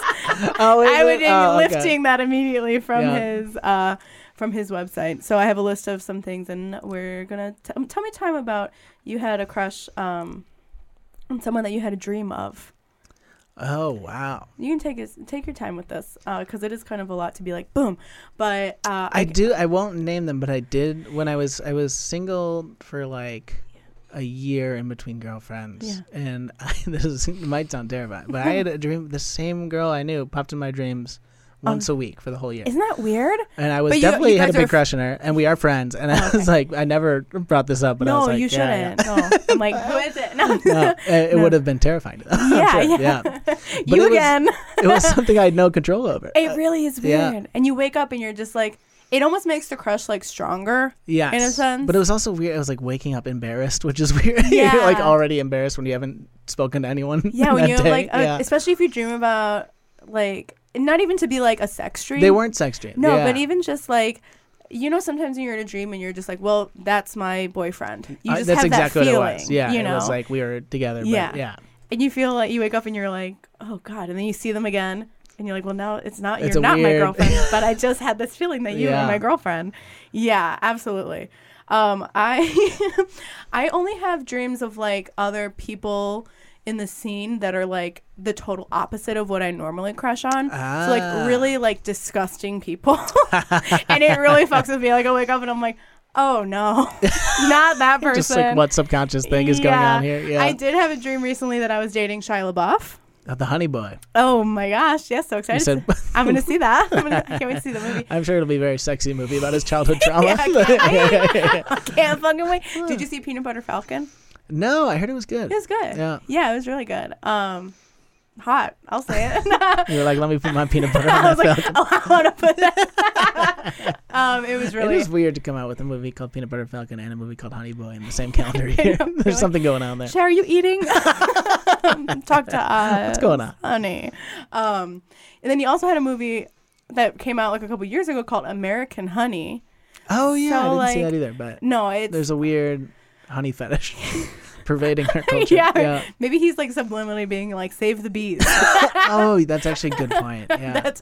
Speaker 2: oh, is
Speaker 1: I would
Speaker 2: it?
Speaker 1: be
Speaker 2: Oh, okay.
Speaker 1: lifting that immediately from
Speaker 2: Yeah.
Speaker 1: his uh, from his website. So I have a list of some things, and we're gonna t- um, tell me time about you had a crush um, on someone that you had a dream of.
Speaker 2: Oh, wow.
Speaker 1: You can take his, take your time with this because it is kind of a lot to be like boom, but uh,
Speaker 2: I do. I won't name them, but I did when I was I was single for like a year in between girlfriends, and I, this is, it might sound terrifying, but I had a dream. The same girl I knew popped in my dreams
Speaker 1: Oh.
Speaker 2: once a week for the whole year,
Speaker 1: Isn't that weird?
Speaker 2: and I was
Speaker 1: but you-
Speaker 2: definitely
Speaker 1: you
Speaker 2: had a
Speaker 1: guys are
Speaker 2: big
Speaker 1: f-
Speaker 2: crush on her, and we are friends. And I was like, I never brought this up, but I
Speaker 1: no,
Speaker 2: was like,
Speaker 1: you
Speaker 2: yeah,
Speaker 1: shouldn't. No, I'm like, who is it? No,
Speaker 2: yeah. No, it it would have been terrifying to them. I'm
Speaker 1: Yeah,
Speaker 2: sure.
Speaker 1: yeah.
Speaker 2: But
Speaker 1: you
Speaker 2: it was-
Speaker 1: again.
Speaker 2: it was something I had no control over.
Speaker 1: It really is
Speaker 2: yeah.
Speaker 1: weird, and you wake up and you're just like, it almost makes the crush like stronger.
Speaker 2: Yeah.
Speaker 1: in a sense.
Speaker 2: But it was also weird. I was like waking up embarrassed, which is weird. You're like
Speaker 1: Yeah.
Speaker 2: already embarrassed when you haven't spoken to anyone.
Speaker 1: Yeah, when
Speaker 2: that
Speaker 1: you have
Speaker 2: day.
Speaker 1: like, a,
Speaker 2: yeah.
Speaker 1: especially if you dream about like, not even to be like a sex dream.
Speaker 2: they weren't sex dreams.
Speaker 1: No,
Speaker 2: yeah.
Speaker 1: but even just like, you know, sometimes when you're in a dream and you're just like, well, that's my boyfriend. You
Speaker 2: I-
Speaker 1: just
Speaker 2: that's
Speaker 1: have
Speaker 2: exactly
Speaker 1: that feeling.
Speaker 2: what it was. Yeah,
Speaker 1: you
Speaker 2: it
Speaker 1: know,
Speaker 2: was like we were together. But
Speaker 1: Yeah.
Speaker 2: yeah,
Speaker 1: and you feel like you wake up and you're like, oh god, and then you see them again. And you're like, well, now it's not,
Speaker 2: It's
Speaker 1: you're
Speaker 2: a
Speaker 1: not
Speaker 2: weird-
Speaker 1: my girlfriend, but I just had this feeling that you
Speaker 2: Yeah.
Speaker 1: were my girlfriend. Yeah, absolutely. Um, I, I only have dreams of like other people in the scene that are like the total opposite of what I normally crush on. So
Speaker 2: Ah.
Speaker 1: like really like disgusting people, and it really fucks with me. Like I wake up and I'm like, oh no, not that person.
Speaker 2: Just like what subconscious thing is going on here. Yeah.
Speaker 1: I did have a dream recently that I was dating Shia LaBeouf.
Speaker 2: the Honey Boy.
Speaker 1: Oh my gosh. Yes, so excited.
Speaker 2: said-
Speaker 1: I'm going to see that. I'm gonna, I can't wait to see the movie.
Speaker 2: I'm sure it'll be a very sexy movie about his childhood trauma.
Speaker 1: I can't fucking wait.
Speaker 2: Hmm.
Speaker 1: Did you see Peanut Butter Falcon?
Speaker 2: no, I heard it was good.
Speaker 1: It was good.
Speaker 2: Yeah.
Speaker 1: Yeah, it was really good. Um, hot. I'll say it.
Speaker 2: You're like, let me put my peanut butter on
Speaker 1: I
Speaker 2: my
Speaker 1: was like,
Speaker 2: Falcon.
Speaker 1: oh, I want to put that. um, it was really.
Speaker 2: It is weird to come out with a movie called Peanut Butter Falcon and a movie called Honey Boy in the same calendar year.
Speaker 1: know, really.
Speaker 2: There's something going on there.
Speaker 1: Cher, are you eating? Talk to us.
Speaker 2: What's going on?
Speaker 1: Honey. Um, and then he also had a movie that came out like a couple years ago called American Honey.
Speaker 2: Oh yeah, I
Speaker 1: So,
Speaker 2: didn't see
Speaker 1: like,
Speaker 2: that either. But
Speaker 1: No, it's
Speaker 2: there's a weird honey fetish pervading our culture.
Speaker 1: yeah, Maybe he's like subliminally being like, save the bees.
Speaker 2: Oh, that's actually a good point. Yeah.
Speaker 1: That's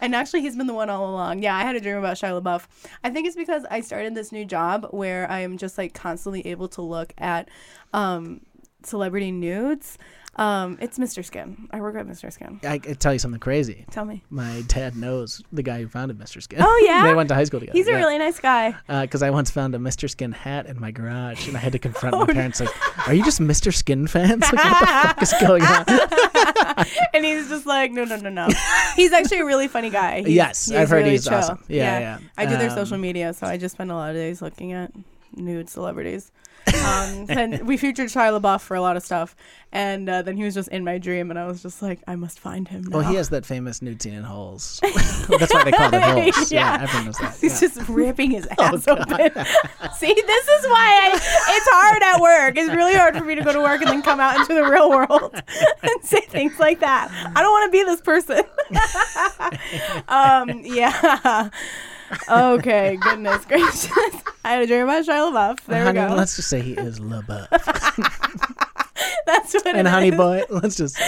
Speaker 1: and actually he's been the one all along. Yeah, I had a dream about Shia LaBeouf. I think it's because I started this new job where I am just like constantly able to look at um, celebrity nudes. Um, it's Mr. Skin. I work at Mr. Skin.
Speaker 2: I could tell you something crazy.
Speaker 1: Tell me.
Speaker 2: My dad knows the guy who founded Mr. Skin.
Speaker 1: Oh, yeah?
Speaker 2: they went to high school together.
Speaker 1: He's a
Speaker 2: yeah.
Speaker 1: really nice guy.
Speaker 2: because Uh, I once found a Mr. Skin hat in my garage, and I had to
Speaker 1: Oh,
Speaker 2: confront my parents. Like, are you just Mr. Skin fans? Like, what the fuck is going on?
Speaker 1: and he's just like, no, no, no, no. he's actually a really funny guy. He's-
Speaker 2: Yes, I've heard he's awesome. Yeah, yeah.
Speaker 1: I do their
Speaker 2: Um,
Speaker 1: social media, so I just spend a lot of days looking at nude celebrities. Um, and we featured Shia LaBeouf for a lot of stuff, and uh, then he was just in my dream, and I was just like, I must find him. Now.
Speaker 2: Well, he has that famous nude scene in Holes. That's why they call it Holes. Yeah,
Speaker 1: Yeah.
Speaker 2: everyone knows that.
Speaker 1: He's
Speaker 2: yeah. Oh,
Speaker 1: just ripping his ass open. See, this is why I, it's hard at work. It's really hard for me to go to work and then come out into the real world and say things like that. I don't want to be this person. um, yeah. Okay. Goodness gracious. I had a dream about Shia LaBeouf. There we
Speaker 2: Honey,
Speaker 1: go.
Speaker 2: let's just say he is LaBeouf.
Speaker 1: That's what.
Speaker 2: and
Speaker 1: it
Speaker 2: Honey
Speaker 1: is.
Speaker 2: Boy, let's just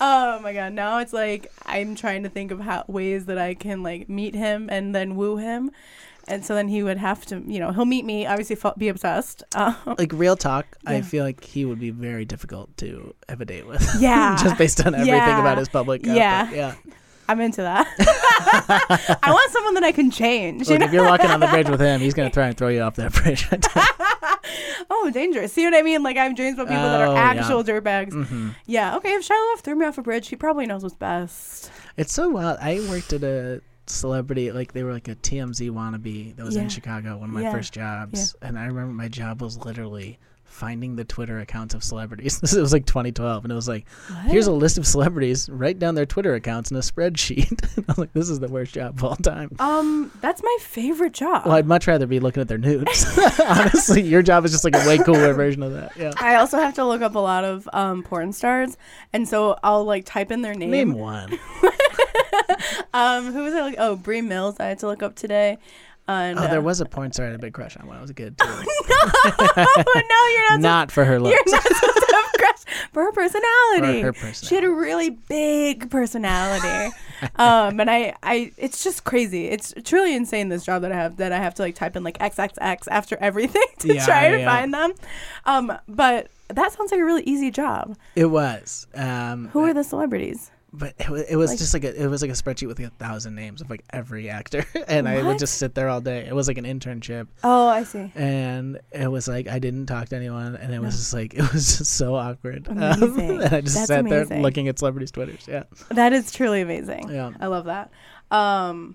Speaker 1: Oh my god. Now it's like I'm trying to think of how ways that I can like meet him and then woo him. And so then he would have to, you know, he'll meet me, obviously fo- be obsessed. Um,
Speaker 2: like real talk. I feel like he would be very difficult to have a date with.
Speaker 1: Yeah.
Speaker 2: just based on everything
Speaker 1: Yeah.
Speaker 2: about his public. outfit.
Speaker 1: Yeah.
Speaker 2: yeah.
Speaker 1: I'm into that. I want someone that I can change. You
Speaker 2: Like
Speaker 1: know?
Speaker 2: if you're walking on the bridge with him, he's gonna try and throw you off that bridge.
Speaker 1: Oh, dangerous. See what I mean? Like I have dreams about people that
Speaker 2: Oh,
Speaker 1: are
Speaker 2: yeah. Mm-hmm.
Speaker 1: actual dirtbags. Yeah. Okay. If Shia LaBeouf threw me off a bridge, he probably knows what's best.
Speaker 2: It's so wild. I worked at a celebrity like they were like a TMZ wannabe that was
Speaker 1: Yeah.
Speaker 2: in Chicago, one of my
Speaker 1: Yeah.
Speaker 2: first jobs, and I remember my job was literally finding the Twitter accounts of celebrities. This was like 2012, and it was like, here's a list of celebrities. Write down their Twitter accounts in a spreadsheet. and I was like, this is the worst job of all time.
Speaker 1: Um, that's my favorite job.
Speaker 2: Well, I'd much rather be looking at their nudes. Honestly, your job is just like a way cooler version of that. Yeah.
Speaker 1: I also have to look up a lot of um, porn stars, and so I'll like type in their name.
Speaker 2: Name one.
Speaker 1: Um, who was I? Look- oh, Brie Mills. I had to look up today. And,
Speaker 2: Oh,
Speaker 1: uh,
Speaker 2: there was a porn star I had a big crush on when I was a kid. Too.
Speaker 1: oh no, you're not.
Speaker 2: Not for her looks.
Speaker 1: You're not supposed to have a crush for her personality.
Speaker 2: For her
Speaker 1: She had a really big personality. um, and I, I, it's just crazy. It's truly insane this job that I have that I have to like type in like XXX after everything to
Speaker 2: Yeah,
Speaker 1: try to
Speaker 2: yeah.
Speaker 1: find them. Um, but that sounds like a really easy job.
Speaker 2: It was. Um,
Speaker 1: Who are the celebrities?
Speaker 2: but it was, it was
Speaker 1: Like-
Speaker 2: just like a, it was like a spreadsheet with like a thousand names of like every actor, and I
Speaker 1: What?
Speaker 2: would just sit there all day. It was like an internship,
Speaker 1: Oh, I see.
Speaker 2: and it was like I didn't talk to anyone, and it was just like it was just so awkward. Um,
Speaker 1: Amazing.
Speaker 2: and I just
Speaker 1: That's
Speaker 2: sat there
Speaker 1: amazing.
Speaker 2: looking at celebrities' twitters. Yeah,
Speaker 1: That is truly amazing.
Speaker 2: Yeah.
Speaker 1: I love that. Um,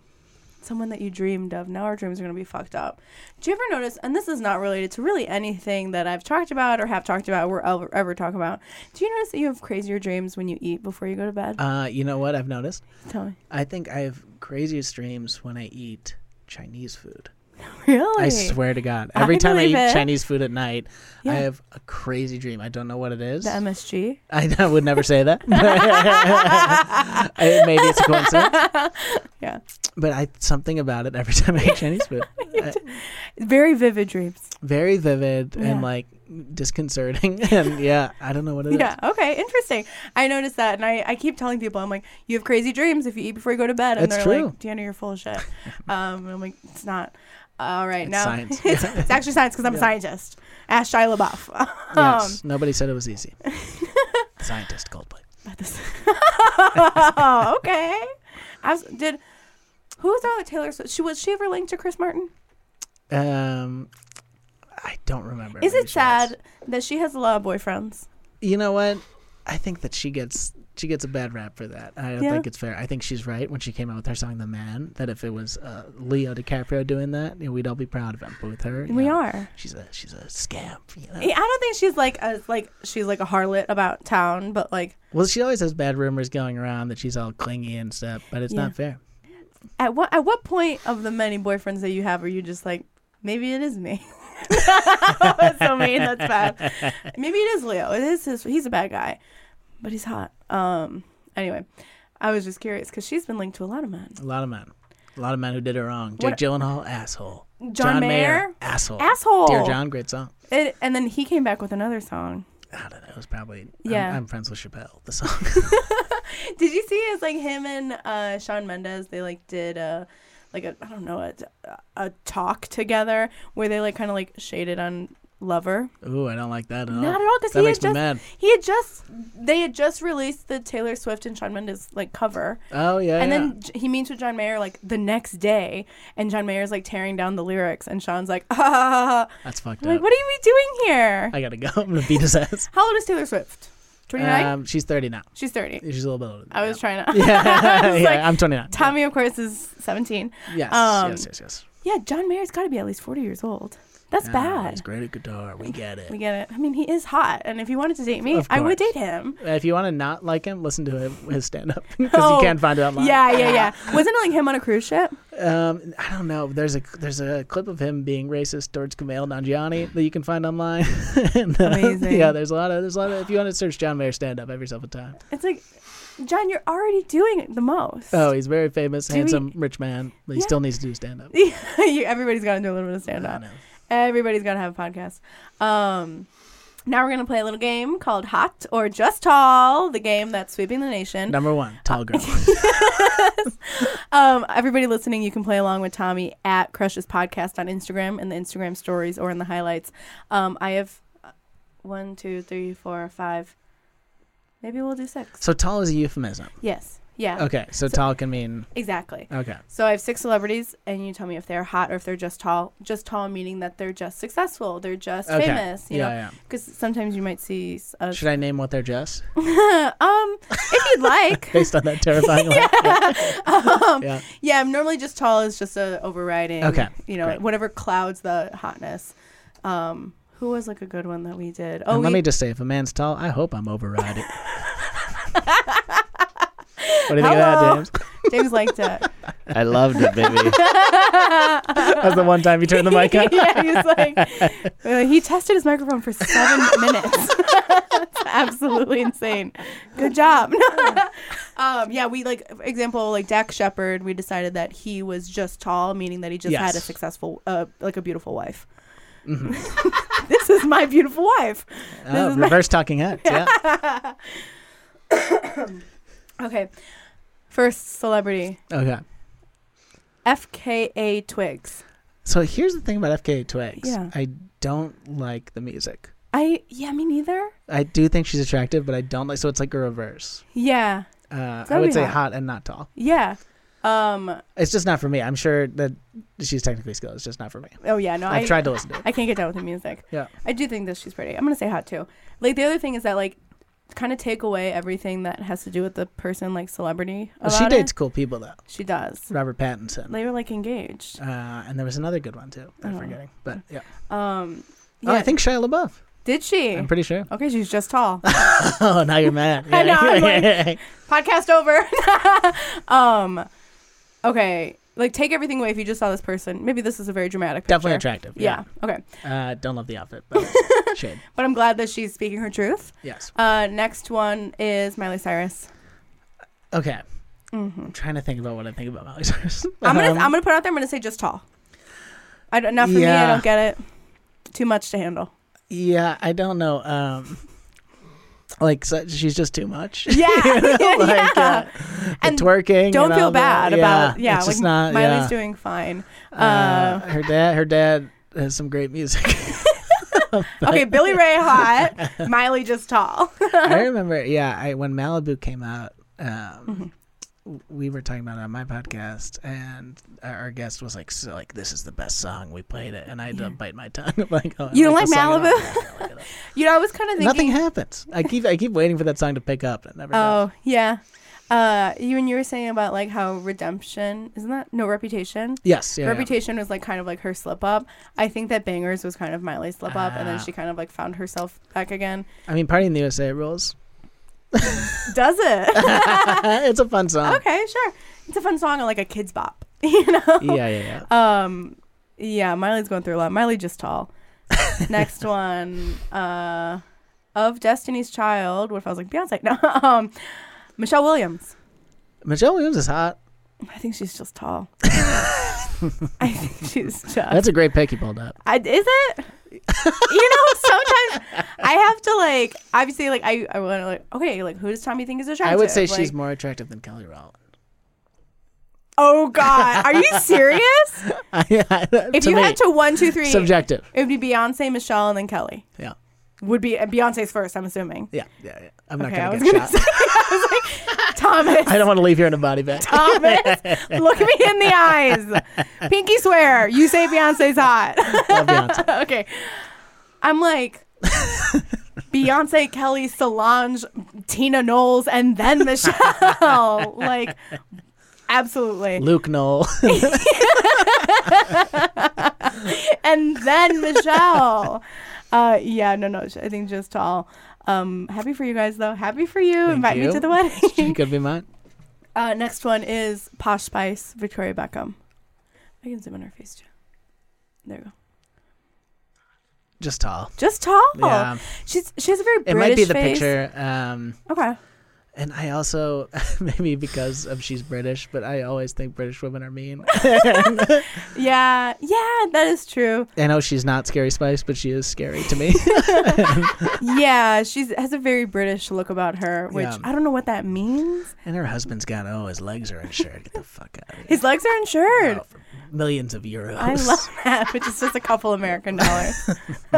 Speaker 1: someone that you dreamed of. Now our dreams are going to be fucked up. Do you ever notice, and this is not related to really anything that I've talked about or have talked about or ever, ever talk about, do you notice that you have crazier dreams when you eat before you go to bed?
Speaker 2: uh, you know what I've noticed?
Speaker 1: Tell me.
Speaker 2: I think I have craziest dreams when I eat Chinese food.
Speaker 1: Really?
Speaker 2: I swear to God,
Speaker 1: I
Speaker 2: every time I eat
Speaker 1: believe it.
Speaker 2: Chinese food at night,
Speaker 1: Yeah.
Speaker 2: I have a crazy dream. I don't know what it is.
Speaker 1: The MSG.
Speaker 2: I, I would never say that. Uh, Maybe it's a coincidence.
Speaker 1: Yeah.
Speaker 2: But I something about it every time I eat Chinese food. Uh,
Speaker 1: Very vivid dreams.
Speaker 2: very vivid
Speaker 1: Yeah.
Speaker 2: and like disconcerting. And yeah, I don't know what it is.
Speaker 1: Yeah. Okay. Interesting. I noticed that, and I, I keep telling people, I'm like, you have crazy dreams if you eat before you go to bed, and
Speaker 2: It's
Speaker 1: they're
Speaker 2: true.
Speaker 1: like, Deanna, you're full of shit. um, and I'm like, it's not. All right,
Speaker 2: It's
Speaker 1: now
Speaker 2: science.
Speaker 1: it's, it's actually science because I'm a scientist. Ask Shia LaBeouf.
Speaker 2: Yes.
Speaker 1: um,
Speaker 2: Nobody said it was easy. Scientist Coldplay.
Speaker 1: oh, okay. I was, did who was that with Taylor? Swift? She was she ever linked to Chris Martin?
Speaker 2: Um, I don't remember.
Speaker 1: Is it
Speaker 2: Maybe she was.
Speaker 1: sad that she has a lot of boyfriends?
Speaker 2: You know what? I think that she gets she gets a bad rap for that. I don't
Speaker 1: Yeah.
Speaker 2: think it's fair. I think she's right when she came out with her song "The Man." That if it was uh, Leo DiCaprio doing that, you know, we'd all be proud of him. But with her, you
Speaker 1: We
Speaker 2: know,
Speaker 1: are.
Speaker 2: She's a she's a scamp. You know?
Speaker 1: I don't think she's like a like she's like a harlot about town, but like
Speaker 2: Well, she always has bad rumors going around that she's all clingy and stuff, but it's
Speaker 1: Yeah.
Speaker 2: not fair.
Speaker 1: at what at what point of the many boyfriends that you have are you just like maybe it is me? that's so mean. That's bad. Maybe it is Leo. It is his. He's a bad guy, but he's hot. Um. Anyway, I was just curious because she's been linked to a lot of men.
Speaker 2: A lot of men, a lot of men who did it wrong. Jake
Speaker 1: What-
Speaker 2: Gyllenhaal, asshole.
Speaker 1: John, Mayer?
Speaker 2: asshole.
Speaker 1: asshole.
Speaker 2: Dear John, great song.
Speaker 1: It, and then he came back with another song.
Speaker 2: I don't know. It was probably
Speaker 1: Yeah.
Speaker 2: I'm, I'm friends with Chappelle. The song.
Speaker 1: Did you see? It's like him and uh, Sean Mendes. They like did a like a I don't know a, a talk together where they like kind of like shaded on Lover.
Speaker 2: Ooh, I don't like that at all.
Speaker 1: Not at all because
Speaker 2: Oh. That
Speaker 1: he
Speaker 2: makes
Speaker 1: had just
Speaker 2: me mad.
Speaker 1: he had just they had just released the Taylor Swift and Sean Mendes like cover,
Speaker 2: Oh yeah.
Speaker 1: and
Speaker 2: yeah.
Speaker 1: then J- he meets with John Mayer like the next day, and John Mayer's like tearing down the lyrics, and Sean's like, ah,
Speaker 2: that's fucked
Speaker 1: I'm like
Speaker 2: up.
Speaker 1: what are you doing here?
Speaker 2: I gotta go. I'm gonna beat his ass.
Speaker 1: How old is Taylor Swift? Twenty nine.
Speaker 2: Um, she's 30 now.
Speaker 1: She's thirty.
Speaker 2: She's a little bit older. than
Speaker 1: I was
Speaker 2: that.
Speaker 1: trying to. I
Speaker 2: Yeah,
Speaker 1: was
Speaker 2: yeah,
Speaker 1: like,
Speaker 2: I'm 29.
Speaker 1: Tommy, of course, is 17.
Speaker 2: Yes,
Speaker 1: um,
Speaker 2: yes, yes, yes.
Speaker 1: Yeah, John Mayer's got to be at least 40 years old. That's
Speaker 2: Yeah, He's
Speaker 1: bad.
Speaker 2: great at guitar. We get it.
Speaker 1: We get it. I mean, he is hot, and if he wanted to date me,
Speaker 2: Of
Speaker 1: I would
Speaker 2: course.
Speaker 1: date him.
Speaker 2: if you want to not like him, listen to him, his stand up because
Speaker 1: Oh,
Speaker 2: you can't find it online.
Speaker 1: Yeah, yeah, yeah. Wasn't it like him on a cruise ship?
Speaker 2: Um, I don't know. There's a there's a clip of him being racist towards Kumail Nanjiani that you can find online. And, uh,
Speaker 1: Amazing.
Speaker 2: Yeah, there's a lot of there's a lot of if you want to search John Mayer stand up every single time.
Speaker 1: It's like, John, you're already doing the most.
Speaker 2: Oh, he's very famous,
Speaker 1: we-
Speaker 2: handsome, rich man, but he
Speaker 1: Yeah.
Speaker 2: still needs to do stand up.
Speaker 1: You- Everybody's got to do a little bit of stand up. Everybody's got to have a podcast. Um, now we're going to play a little game called Hot or Just Tall, the game that's sweeping the nation.
Speaker 2: Number one, tall girl.
Speaker 1: Um, everybody listening, you can play along with Tommy at Crushes Podcast on Instagram in the Instagram stories or in the highlights. Um, I have uh, one, two, three, four, five. Maybe we'll do six.
Speaker 2: so tall is a euphemism.
Speaker 1: Yes. Yeah.
Speaker 2: Okay, so, tall can mean
Speaker 1: Exactly.
Speaker 2: okay.
Speaker 1: So I have six celebrities, and you tell me if they're hot or if they're just tall. Just tall meaning that they're just successful, they're just
Speaker 2: Okay.
Speaker 1: famous. You
Speaker 2: yeah,
Speaker 1: know,
Speaker 2: yeah.
Speaker 1: because sometimes you might see. s- A,
Speaker 2: Should I name what they're just
Speaker 1: um, if you'd like.
Speaker 2: based on that terrifying? yeah.
Speaker 1: Um,
Speaker 2: yeah.
Speaker 1: Yeah, I'm normally just tall is just a overriding.
Speaker 2: Okay,
Speaker 1: You know,
Speaker 2: great.
Speaker 1: whatever clouds the hotness. Um, who was like a good one that we did? Oh,
Speaker 2: and let
Speaker 1: we-
Speaker 2: me just say, if a man's tall, I hope I'm overriding. what do you think
Speaker 1: Hello.
Speaker 2: of that, James?
Speaker 1: James liked it.
Speaker 6: I loved it, baby.
Speaker 2: That's the one time you turned the mic on.
Speaker 1: yeah, he was like, uh, he tested his microphone for seven minutes. That's absolutely insane. Good job. um, yeah, we like for example like Dak Shepard. We decided that he was just tall, meaning that he just had a
Speaker 2: Yes.
Speaker 1: successful, uh, like a beautiful wife. this is my beautiful wife.
Speaker 2: Mm-hmm. Oh,
Speaker 1: is my-
Speaker 2: reverse talking heads. Yeah.
Speaker 1: Okay. First celebrity,
Speaker 2: Okay.
Speaker 1: FKA Twigs.
Speaker 2: So here's the thing about FKA Twigs.
Speaker 1: Yeah.
Speaker 2: I don't like the music.
Speaker 1: I yeah, me neither.
Speaker 2: I do think she's attractive, but I don't like. So it's like a reverse.
Speaker 1: Yeah.
Speaker 2: Uh, I
Speaker 1: gotta be
Speaker 2: would say
Speaker 1: hot.
Speaker 2: hot and not tall.
Speaker 1: Yeah. Um
Speaker 2: It's just not for me. I'm sure that she's technically skilled. It's just not for me.
Speaker 1: oh yeah, no,
Speaker 2: I've
Speaker 1: I
Speaker 2: tried to listen to it.
Speaker 1: I can't get down with the music.
Speaker 2: Yeah.
Speaker 1: I do think that she's pretty. I'm gonna say hot too. Like the other thing is that like kind of take away everything that has to do with the person like celebrity.
Speaker 2: Well,
Speaker 1: About
Speaker 2: she
Speaker 1: it.
Speaker 2: dates cool people though.
Speaker 1: She does.
Speaker 2: Robert Pattinson.
Speaker 1: They were like engaged.
Speaker 2: Uh, and there was another good one too. I'm
Speaker 1: Oh.
Speaker 2: forgetting, but yeah.
Speaker 1: Um.
Speaker 2: Oh, I
Speaker 1: yeah.
Speaker 2: think Shia LaBeouf.
Speaker 1: Did she?
Speaker 2: I'm pretty sure.
Speaker 1: okay, she's just tall.
Speaker 2: Oh, now you're mad.
Speaker 1: I know, I'm like- podcast over. um, okay, like take everything away if you just saw this person. Maybe this is a very dramatic picture.
Speaker 2: Definitely attractive.
Speaker 1: Yeah. Okay,
Speaker 2: Uh, don't love the outfit, but shade.
Speaker 1: but I'm glad that she's speaking her truth.
Speaker 2: Yes.
Speaker 1: Uh, next one is Miley Cyrus.
Speaker 2: Okay.
Speaker 1: hmm
Speaker 2: I'm trying to think about what I think about Miley Cyrus.
Speaker 1: I'm gonna
Speaker 2: Um,
Speaker 1: I'm gonna put it out there. I'm gonna say just tall. I don't. Not for me. I
Speaker 2: Yeah.
Speaker 1: don't get it. Too much to handle.
Speaker 2: yeah, I don't know. Um, like so, she's just too much.
Speaker 1: Yeah,
Speaker 2: like,
Speaker 1: yeah.
Speaker 2: uh,
Speaker 1: And
Speaker 2: and twerking.
Speaker 1: Don't
Speaker 2: and
Speaker 1: feel
Speaker 2: all that.
Speaker 1: bad about yeah.
Speaker 2: it's
Speaker 1: like
Speaker 2: just not.
Speaker 1: Miley's
Speaker 2: yeah.
Speaker 1: doing fine.
Speaker 2: Uh,
Speaker 1: uh,
Speaker 2: her dad. Her dad has some great music.
Speaker 1: Okay, Billy Ray hot. Miley just tall.
Speaker 2: I remember, yeah, I when Malibu came out, um,
Speaker 1: Mm-hmm.
Speaker 2: we were talking about it on my podcast, and our- our guest was like, so, "Like this is the best song we played it," and I had to bite my tongue. I'm like, oh, I
Speaker 1: You don't like
Speaker 2: this song at
Speaker 1: Malibu?
Speaker 2: all. Yeah, I don't like it at all.
Speaker 1: You know, I was kind of thinking.
Speaker 2: Nothing happens. I keep I keep waiting for that song to pick up. and It never does.
Speaker 1: Oh yeah, uh, you and you were saying about like how redemption isn't that no reputation.
Speaker 2: Yes, yeah, yeah.
Speaker 1: Reputation was like kind of like her slip up. I think that Bangers was kind of Miley's slip up, and then
Speaker 2: Ah.
Speaker 1: she kind of like found herself back again.
Speaker 2: I mean, Party in the USA rules.
Speaker 1: Does it?
Speaker 2: it's a fun song.
Speaker 1: okay, sure. It's a fun song, like a kids bop. You know.
Speaker 2: Yeah, yeah, yeah.
Speaker 1: Um, yeah, Miley's going through a lot. Miley just tall. Next one, uh, of Destiny's Child. What if I was like Beyonce? No, um, Michelle Williams.
Speaker 2: Michelle Williams is hot.
Speaker 1: I think she's just tall. I think she's just.
Speaker 2: That's a great pick you pulled up.
Speaker 1: I, is it? you know, sometimes I have to like. Obviously, like I, I want to like. Okay, like who does Tommy think is attractive?
Speaker 2: I would say
Speaker 1: Like-
Speaker 2: she's more attractive than Kelly Rowland.
Speaker 1: Oh God, are you serious? if you had to one, two, three,
Speaker 2: subjective.
Speaker 1: it would be Beyonce, Michelle, and then Kelly.
Speaker 2: Yeah.
Speaker 1: would be uh, Beyonce's first, I'm assuming.
Speaker 2: Yeah, yeah, yeah. I'm not
Speaker 1: Okay, I was
Speaker 2: gonna get
Speaker 1: gonna
Speaker 2: shot.
Speaker 1: Thomas,
Speaker 2: I don't want to leave here in a body bag.
Speaker 1: Thomas, look me in the eyes. Pinky swear, you say Beyonce's hot.
Speaker 2: Love Beyonce.
Speaker 1: okay. I'm like, Beyonce, Kelly, Solange, Tina Knowles, and then Michelle. like, absolutely.
Speaker 2: Luke Knoll.
Speaker 1: And then Michelle. Uh, yeah, no, no, sh- I think just tall. Um, happy for you guys, though. Happy for you. Invite
Speaker 2: you.
Speaker 1: me to the wedding.
Speaker 2: she could be mine.
Speaker 1: Uh, next one is Posh Spice, Victoria Beckham. I can zoom in her face too. There we go.
Speaker 2: Just tall.
Speaker 1: Just tall.
Speaker 2: Yeah. um,
Speaker 1: She's she has a very
Speaker 2: It
Speaker 1: Oh, British
Speaker 2: might be the
Speaker 1: face.
Speaker 2: picture. Um,
Speaker 1: Okay.
Speaker 2: and I also maybe because of she's British, but I always think British women are mean. I
Speaker 1: Yeah. Yeah, that is true.
Speaker 2: know she's not Scary Spice, but she is scary to me.
Speaker 1: yeah, she has a very British look about her, which
Speaker 2: Yeah.
Speaker 1: I don't know what that means.
Speaker 2: and her husband's got oh his legs are insured. Get the fuck out of here.
Speaker 1: His legs are insured.
Speaker 2: Oh, for millions of euros.
Speaker 1: I love that, which is just a couple American dollars.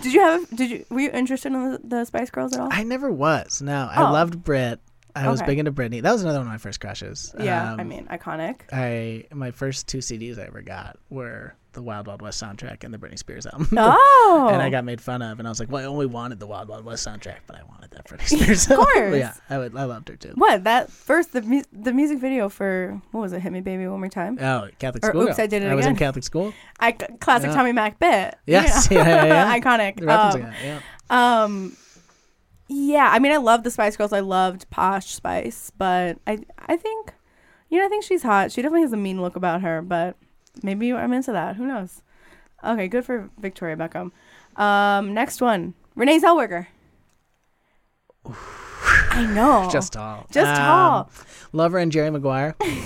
Speaker 1: did you have? Did you? Were you interested in the, the Spice Girls at all?
Speaker 2: I never was. No, I
Speaker 1: Oh.
Speaker 2: loved Brit. I was
Speaker 1: Okay.
Speaker 2: big into Britney. That was another one of my first crushes.
Speaker 1: yeah, I
Speaker 2: Um,
Speaker 1: mean, iconic.
Speaker 2: I my first two CDs I ever got were the Wild Wild West soundtrack and the Britney Spears album.
Speaker 1: Oh,
Speaker 2: And I got made fun of, and I was like, "Well, I only wanted the Wild Wild West soundtrack, but I wanted that Britney Spears." of
Speaker 1: course.
Speaker 2: yeah, I would, I loved her too.
Speaker 1: What that first the mu- the music video for what was it? Hit me, baby, one more time.
Speaker 2: Oh, Catholic
Speaker 1: Or
Speaker 2: school.
Speaker 1: Oops,
Speaker 2: Girl.
Speaker 1: I Did It
Speaker 2: I was in
Speaker 1: Again.
Speaker 2: Catholic school.
Speaker 1: I classic
Speaker 2: Yeah.
Speaker 1: Tommy Mac bit.
Speaker 2: Yes,
Speaker 1: You know?
Speaker 2: yeah, yeah, yeah.
Speaker 1: iconic.
Speaker 2: The referencing
Speaker 1: Um,
Speaker 2: it, yeah.
Speaker 1: um, yeah, I mean, I love the Spice Girls. I loved Posh Spice, but I I think you know I think she's hot. She definitely has a mean look about her, but maybe I'm into that. Who knows? Okay, good for Victoria Beckham. Um, next one, Renee Zellweger. I know.
Speaker 2: Just tall.
Speaker 1: Oh. Just
Speaker 2: Um,
Speaker 1: tall.
Speaker 2: Lover and Jerry Maguire.
Speaker 1: Okay.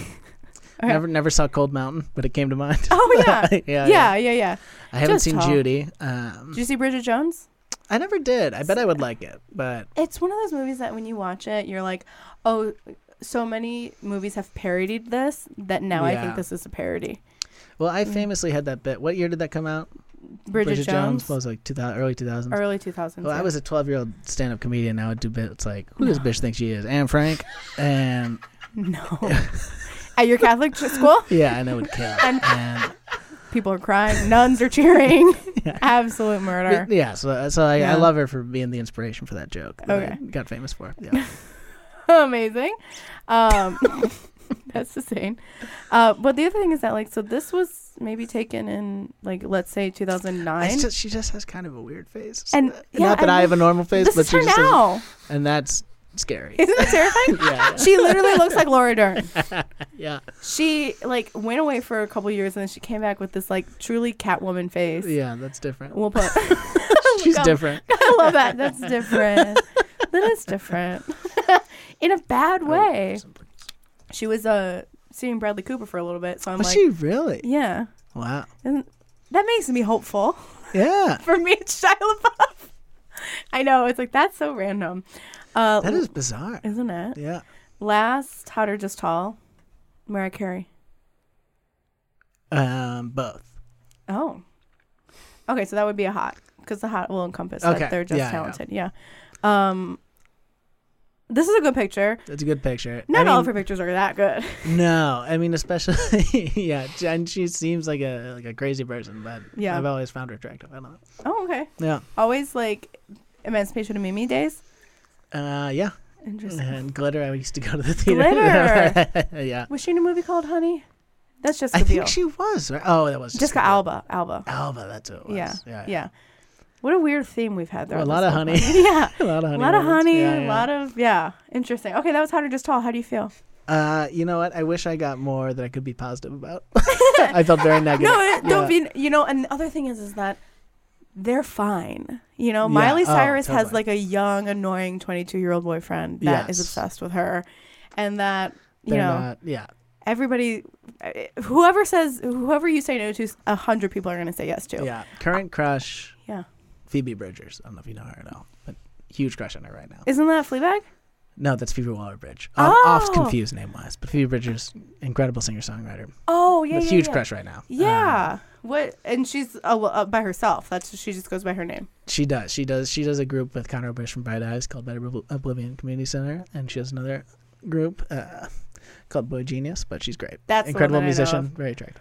Speaker 2: Never, never saw Cold Mountain, but it came to mind.
Speaker 1: Oh yeah.
Speaker 2: yeah,
Speaker 1: yeah, yeah, yeah.
Speaker 2: I haven't
Speaker 1: Just
Speaker 2: seen
Speaker 1: tall.
Speaker 2: Judy. Um,
Speaker 1: Did you see Bridget Jones?
Speaker 2: I never did. I bet I would like it, but
Speaker 1: it's one of those movies that when you watch it, you're like, oh, so many movies have parodied this that now I
Speaker 2: Yeah.
Speaker 1: think this is a parody.
Speaker 2: well,
Speaker 1: Mm.
Speaker 2: I famously had that bit. What year did that come out?
Speaker 1: Bridget, Jones,
Speaker 2: was like 2000, early 2000s.
Speaker 1: early 2000s.
Speaker 2: well, I
Speaker 1: yeah.
Speaker 2: was a 12 year old stand up comedian. I would do bits like, who does bitch think she is? Anne Frank? And
Speaker 1: no at your Catholic ch- school.
Speaker 2: yeah, and it would kill.
Speaker 1: And-
Speaker 2: and
Speaker 1: People are crying, nuns are cheering, absolute murder.
Speaker 2: yeah, so, so I,
Speaker 1: Yeah.
Speaker 2: I love her for being the inspiration for that joke that I
Speaker 1: Okay.
Speaker 2: got famous for. Yeah.
Speaker 1: Amazing. Um, that's insane. Uh, but the other thing is that like, so this was maybe taken in like let's say 2009.
Speaker 2: It's just, she just has kind of a weird face. Uh,
Speaker 1: And- yeah,
Speaker 2: not that
Speaker 1: and
Speaker 2: I have a normal face,
Speaker 1: this
Speaker 2: but
Speaker 1: is
Speaker 2: she
Speaker 1: her
Speaker 2: just has-
Speaker 1: now.
Speaker 2: and that's scary.
Speaker 1: Isn't it terrifying?
Speaker 2: yeah,
Speaker 1: She literally looks like Laura Dern.
Speaker 2: yeah,
Speaker 1: she like went away for a couple years and then she came back with this like truly catwoman face.
Speaker 2: yeah, that's different.
Speaker 1: We'll put.
Speaker 2: She's
Speaker 1: God.
Speaker 2: different.
Speaker 1: I love that. That's different. That is different. In a bad way.
Speaker 2: Oh,
Speaker 1: She was uh seeing Bradley Cooper for a little bit, so I'm
Speaker 2: Was
Speaker 1: like,
Speaker 2: she really?
Speaker 1: yeah,
Speaker 2: Wow.
Speaker 1: and that makes me hopeful.
Speaker 2: Yeah.
Speaker 1: For me, it's Shia LaBeouf. I know it's like that's so random. Uh,
Speaker 2: That is bizarre.
Speaker 1: isn't it?
Speaker 2: Yeah.
Speaker 1: Last hot or just tall, Mariah Carey.
Speaker 2: Um, both.
Speaker 1: Oh. Okay, so that would be a hot because the hot will encompass
Speaker 2: Okay,
Speaker 1: that they're just
Speaker 2: yeah, yeah.
Speaker 1: talented. Yeah. Um This is a good picture.
Speaker 2: That's a good picture.
Speaker 1: Not
Speaker 2: I mean,
Speaker 1: all of her pictures are that good.
Speaker 2: No, I mean especially yeah, and she seems like a like a crazy person, but
Speaker 1: Yeah.
Speaker 2: I've always found her attractive. I don't know.
Speaker 1: Oh, okay.
Speaker 2: Yeah,
Speaker 1: Always like Emancipation of Mimi days.
Speaker 2: uh, yeah,
Speaker 1: Interesting.
Speaker 2: and glitter. I used to go to the theater.
Speaker 1: Glitter!
Speaker 2: yeah,
Speaker 1: Was she in a movie called Honey? That's Jessica
Speaker 2: I
Speaker 1: Biel.
Speaker 2: think she was. Right? Oh, that was
Speaker 1: Jessica Alba. Alba.
Speaker 2: Alba. That's who it was.
Speaker 1: Yeah.
Speaker 2: yeah.
Speaker 1: Yeah. What a weird theme we've had there.
Speaker 2: A
Speaker 1: on
Speaker 2: lot
Speaker 1: this
Speaker 2: of
Speaker 1: whole
Speaker 2: honey.
Speaker 1: podcast. yeah.
Speaker 2: a lot of
Speaker 1: A
Speaker 2: honey.
Speaker 1: lot of
Speaker 2: moments.
Speaker 1: honey.
Speaker 2: Yeah,
Speaker 1: A
Speaker 2: yeah.
Speaker 1: lot of yeah. Interesting. Okay, that was how to just tall. How do you feel?
Speaker 2: Uh, you know what? I wish I got more that I could be positive about. I felt very negative.
Speaker 1: No, it,
Speaker 2: Yeah.
Speaker 1: don't be. You know, and the other thing is, is that they're fine. You know,
Speaker 2: Yeah.
Speaker 1: Miley
Speaker 2: Oh,
Speaker 1: Cyrus has
Speaker 2: totally.
Speaker 1: like a young, annoying twenty-two-year-old boyfriend that is
Speaker 2: Yes.
Speaker 1: obsessed with her, and that you
Speaker 2: They're
Speaker 1: know
Speaker 2: not- yeah.
Speaker 1: everybody, eh, whoever says whoever you say no to, a hundred people are going to say yes to.
Speaker 2: Yeah. Current crush,
Speaker 1: Yeah.
Speaker 2: Phoebe Bridgers. I don't know if you know her at all, but huge crush on her right now.
Speaker 1: Isn't that Fleabag?
Speaker 2: No, that's Phoebe Waller Bridge.
Speaker 1: Oh.
Speaker 2: Oft confused name wise, but Phoebe Bridgers, incredible singer songwriter.
Speaker 1: Oh yeah,
Speaker 2: but
Speaker 1: yeah,
Speaker 2: huge
Speaker 1: yeah.
Speaker 2: crush right now.
Speaker 1: Yeah.
Speaker 2: Um,
Speaker 1: what? And she's uh, uh, by herself. That's she just goes by her name.
Speaker 2: she does. She does. She does a group with Conrad Bush from Bright Eyes called Better Obl- Oblivion Community Center, and she has another group uh, called Boy Genius. But she's great.
Speaker 1: That's the one
Speaker 2: incredible
Speaker 1: that I know
Speaker 2: musician,
Speaker 1: of.
Speaker 2: very attractive.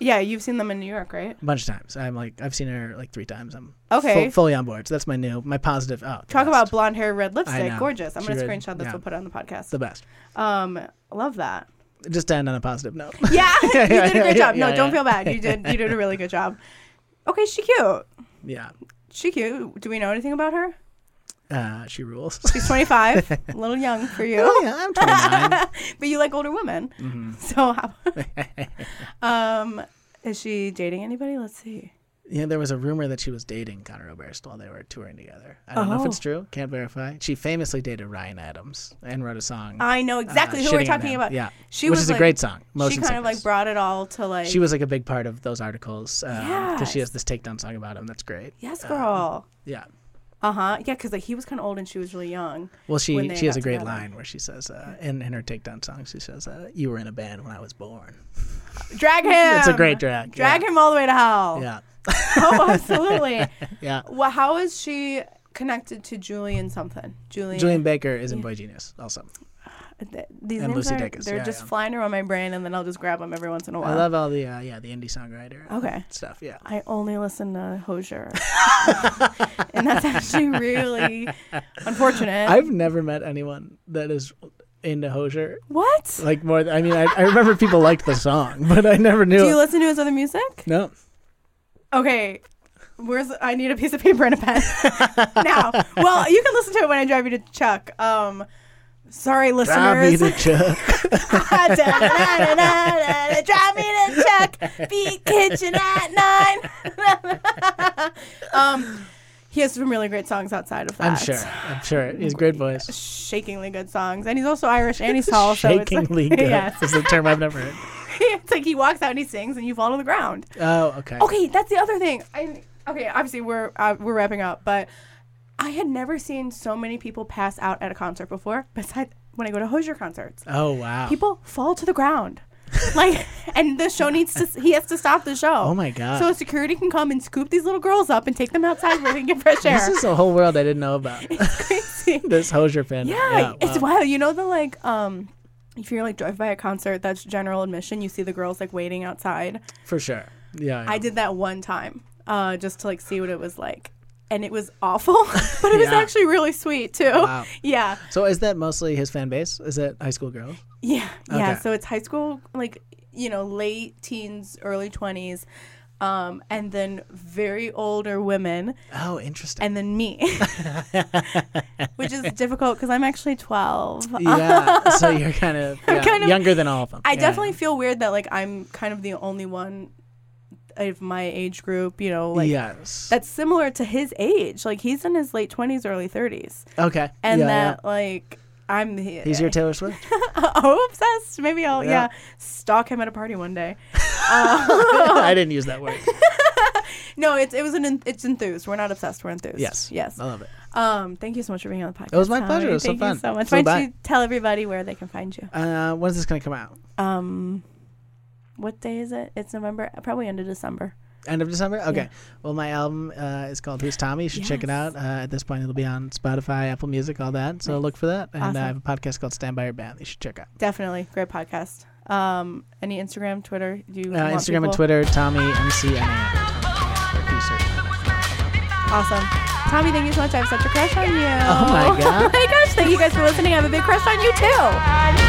Speaker 1: Yeah, you've seen them in New York, right?
Speaker 2: A bunch of times. I'm like, I've seen her like three times. I'm
Speaker 1: Okay.
Speaker 2: full, fully on board. So that's my new, my positive. Oh, the
Speaker 1: Talk
Speaker 2: best.
Speaker 1: about blonde hair, red
Speaker 2: I
Speaker 1: lipstick,
Speaker 2: know.
Speaker 1: gorgeous. I'm
Speaker 2: She
Speaker 1: gonna
Speaker 2: read-
Speaker 1: screenshot this.
Speaker 2: yeah.
Speaker 1: We'll put it on the podcast.
Speaker 2: the best.
Speaker 1: Um, love that.
Speaker 2: Just to end on a positive note.
Speaker 1: Yeah, you did a
Speaker 2: yeah,
Speaker 1: great job. No,
Speaker 2: yeah,
Speaker 1: don't
Speaker 2: yeah.
Speaker 1: feel bad. You did. You did a really good job. Okay, she cute.
Speaker 2: yeah.
Speaker 1: She cute. Do we know anything about her?
Speaker 2: Uh, she rules.
Speaker 1: She's 25, a little young for you,
Speaker 2: oh, yeah, I'm 29.
Speaker 1: but you like older women.
Speaker 2: Mm-hmm.
Speaker 1: So, how, um, is she dating anybody? Let's see.
Speaker 2: yeah, there was a rumor that she was dating Conor Oberst while they were touring together. I don't know if it's
Speaker 1: Oh.
Speaker 2: true. Can't verify. She famously dated Ryan Adams and wrote a song.
Speaker 1: I know Uh, exactly who
Speaker 2: Uh, shitting
Speaker 1: we're
Speaker 2: on
Speaker 1: talking
Speaker 2: him.
Speaker 1: about.
Speaker 2: Yeah.
Speaker 1: she
Speaker 2: Which
Speaker 1: was
Speaker 2: is a
Speaker 1: like-
Speaker 2: great song,
Speaker 1: She
Speaker 2: Motion
Speaker 1: kind of like
Speaker 2: Sickness.
Speaker 1: brought it all to like.
Speaker 2: She was like a big part of those articles because she
Speaker 1: Yes.
Speaker 2: has this takedown song about him. That's great.
Speaker 1: yes, girl.
Speaker 2: Yeah.
Speaker 1: Uh huh. Yeah, because like he was kind of old and she was really young.
Speaker 2: Well,
Speaker 1: when
Speaker 2: she
Speaker 1: they
Speaker 2: she has
Speaker 1: got
Speaker 2: a great
Speaker 1: together.
Speaker 2: line where she says, uh, in, in her takedown song, she says, uh, "You were in a band when I was born."
Speaker 1: Drag him.
Speaker 2: It's a great drag.
Speaker 1: Um, Drag him all the way to hell.
Speaker 2: Yeah.
Speaker 1: Oh, absolutely.
Speaker 2: Yeah.
Speaker 1: Well, how is she connected to Julian something? Julian.
Speaker 2: Julian Baker is in Boy Genius also.
Speaker 1: Th- These
Speaker 2: and
Speaker 1: names
Speaker 2: Lucy
Speaker 1: are
Speaker 2: Dacus.
Speaker 1: they're
Speaker 2: Yeah,
Speaker 1: just
Speaker 2: yeah.
Speaker 1: flying around my brain, and then I'll just grab them every once in a while.
Speaker 2: I love all the uh, yeah the indie songwriter uh,
Speaker 1: Okay.
Speaker 2: stuff. Yeah.
Speaker 1: I only listen to Hosier, and that's actually really unfortunate.
Speaker 2: I've never met anyone that is into Hosier
Speaker 1: what?
Speaker 2: like more. Th- I mean, I, I remember people liked the song, but I never knew.
Speaker 1: Do you
Speaker 2: it.
Speaker 1: listen to his other music?
Speaker 2: no.
Speaker 1: Okay. Where's I need a piece of paper and a pen now. Well, you can listen to it when I drive you to Chuck. Um, sorry,
Speaker 2: Drive Ah, me
Speaker 1: listeners.
Speaker 2: to Chuck.
Speaker 1: Drive me to Chuck. Beat kitchen at nine. um, he has some really great songs outside of that.
Speaker 2: I'm sure. I'm sure. He's a great voice.
Speaker 1: Shakingly good songs, and he's also Irish and he's tall. so
Speaker 2: Shakingly
Speaker 1: it's like,
Speaker 2: good.
Speaker 1: Yeah,
Speaker 2: This is a term I've never heard.
Speaker 1: it's like he walks out and he sings, and you fall to the ground.
Speaker 2: Oh, okay.
Speaker 1: Okay, that's the other thing. I okay, obviously we're uh, we're wrapping up, but I had never seen so many people pass out at a concert before. Besides when I go to Hozier concerts,
Speaker 2: Oh wow.
Speaker 1: people fall to the ground, like, and the show needs to he has to stop the show.
Speaker 2: Oh my God.
Speaker 1: So security can come and scoop these little girls up and take them outside where they can get fresh air.
Speaker 2: This is a whole world I didn't know about.
Speaker 1: crazy.
Speaker 2: this Hosier fan.
Speaker 1: Yeah, it's wild. You know the like um. If you're like drive by a concert that's general admission, you see the girls like waiting outside.
Speaker 2: for sure. Yeah.
Speaker 1: I did that one time, uh, just to like see what it was like, and it was awful, but it was
Speaker 2: Yeah.
Speaker 1: actually really sweet too.
Speaker 2: Wow.
Speaker 1: Yeah,
Speaker 2: So is that mostly his fan base? Is that high school girls?
Speaker 1: yeah, yeah.
Speaker 2: Okay.
Speaker 1: So it's high school, like you know, late teens, early twenties, um, and then very older women,
Speaker 2: Oh, interesting.
Speaker 1: and then me, which is difficult because I'm actually twelve.
Speaker 2: yeah. so you're kind of, yeah,
Speaker 1: kind of-
Speaker 2: younger than all of them.
Speaker 1: I
Speaker 2: Yeah.
Speaker 1: definitely feel weird that like I'm kind of the only one of my age group, you know, like
Speaker 2: yes.
Speaker 1: that's similar to his age. Like he's in his late twenties, early thirties,
Speaker 2: okay.
Speaker 1: and
Speaker 2: Yeah,
Speaker 1: that like I'm the-
Speaker 2: yeah. he's your Taylor Swift.
Speaker 1: oh obsessed. Maybe I'll yeah.
Speaker 2: Yeah.
Speaker 1: stalk him at a party one day.
Speaker 2: I didn't use that word.
Speaker 1: No, it's it was an en- it's enthused. We're not obsessed. We're enthused.
Speaker 2: Yes.
Speaker 1: yes.
Speaker 2: I love it.
Speaker 1: Um, thank you so much for being on the podcast.
Speaker 2: It was my
Speaker 1: Tommy.
Speaker 2: pleasure. It was so
Speaker 1: thank
Speaker 2: fun.
Speaker 1: you so much.
Speaker 2: So
Speaker 1: Why don't
Speaker 2: bye.
Speaker 1: you tell everybody where they can find you?
Speaker 2: Uh, when's this gonna come out?
Speaker 1: Um, what day is it? It's November. Probably end of December.
Speaker 2: End of December. Okay. Well, my album uh, is called Who's Tommy. You should check it
Speaker 1: Yes.
Speaker 2: out. Uh, at this point, it'll be on Spotify, Apple Music, all that. So look for that. And uh,
Speaker 1: Awesome.
Speaker 2: I have a podcast called Stand by Your Band. You should check out.
Speaker 1: Definitely. Great podcast. Um, any Instagram, Twitter? Do you
Speaker 2: Uh,
Speaker 1: want
Speaker 2: Instagram
Speaker 1: people-
Speaker 2: and Twitter, Tommy MCNA.
Speaker 1: Awesome. Tommy, thank you so much. I have such a crush on you.
Speaker 2: Oh my
Speaker 1: oh
Speaker 2: God.
Speaker 1: my gosh. Thank you guys for listening. I have a big crush on you too.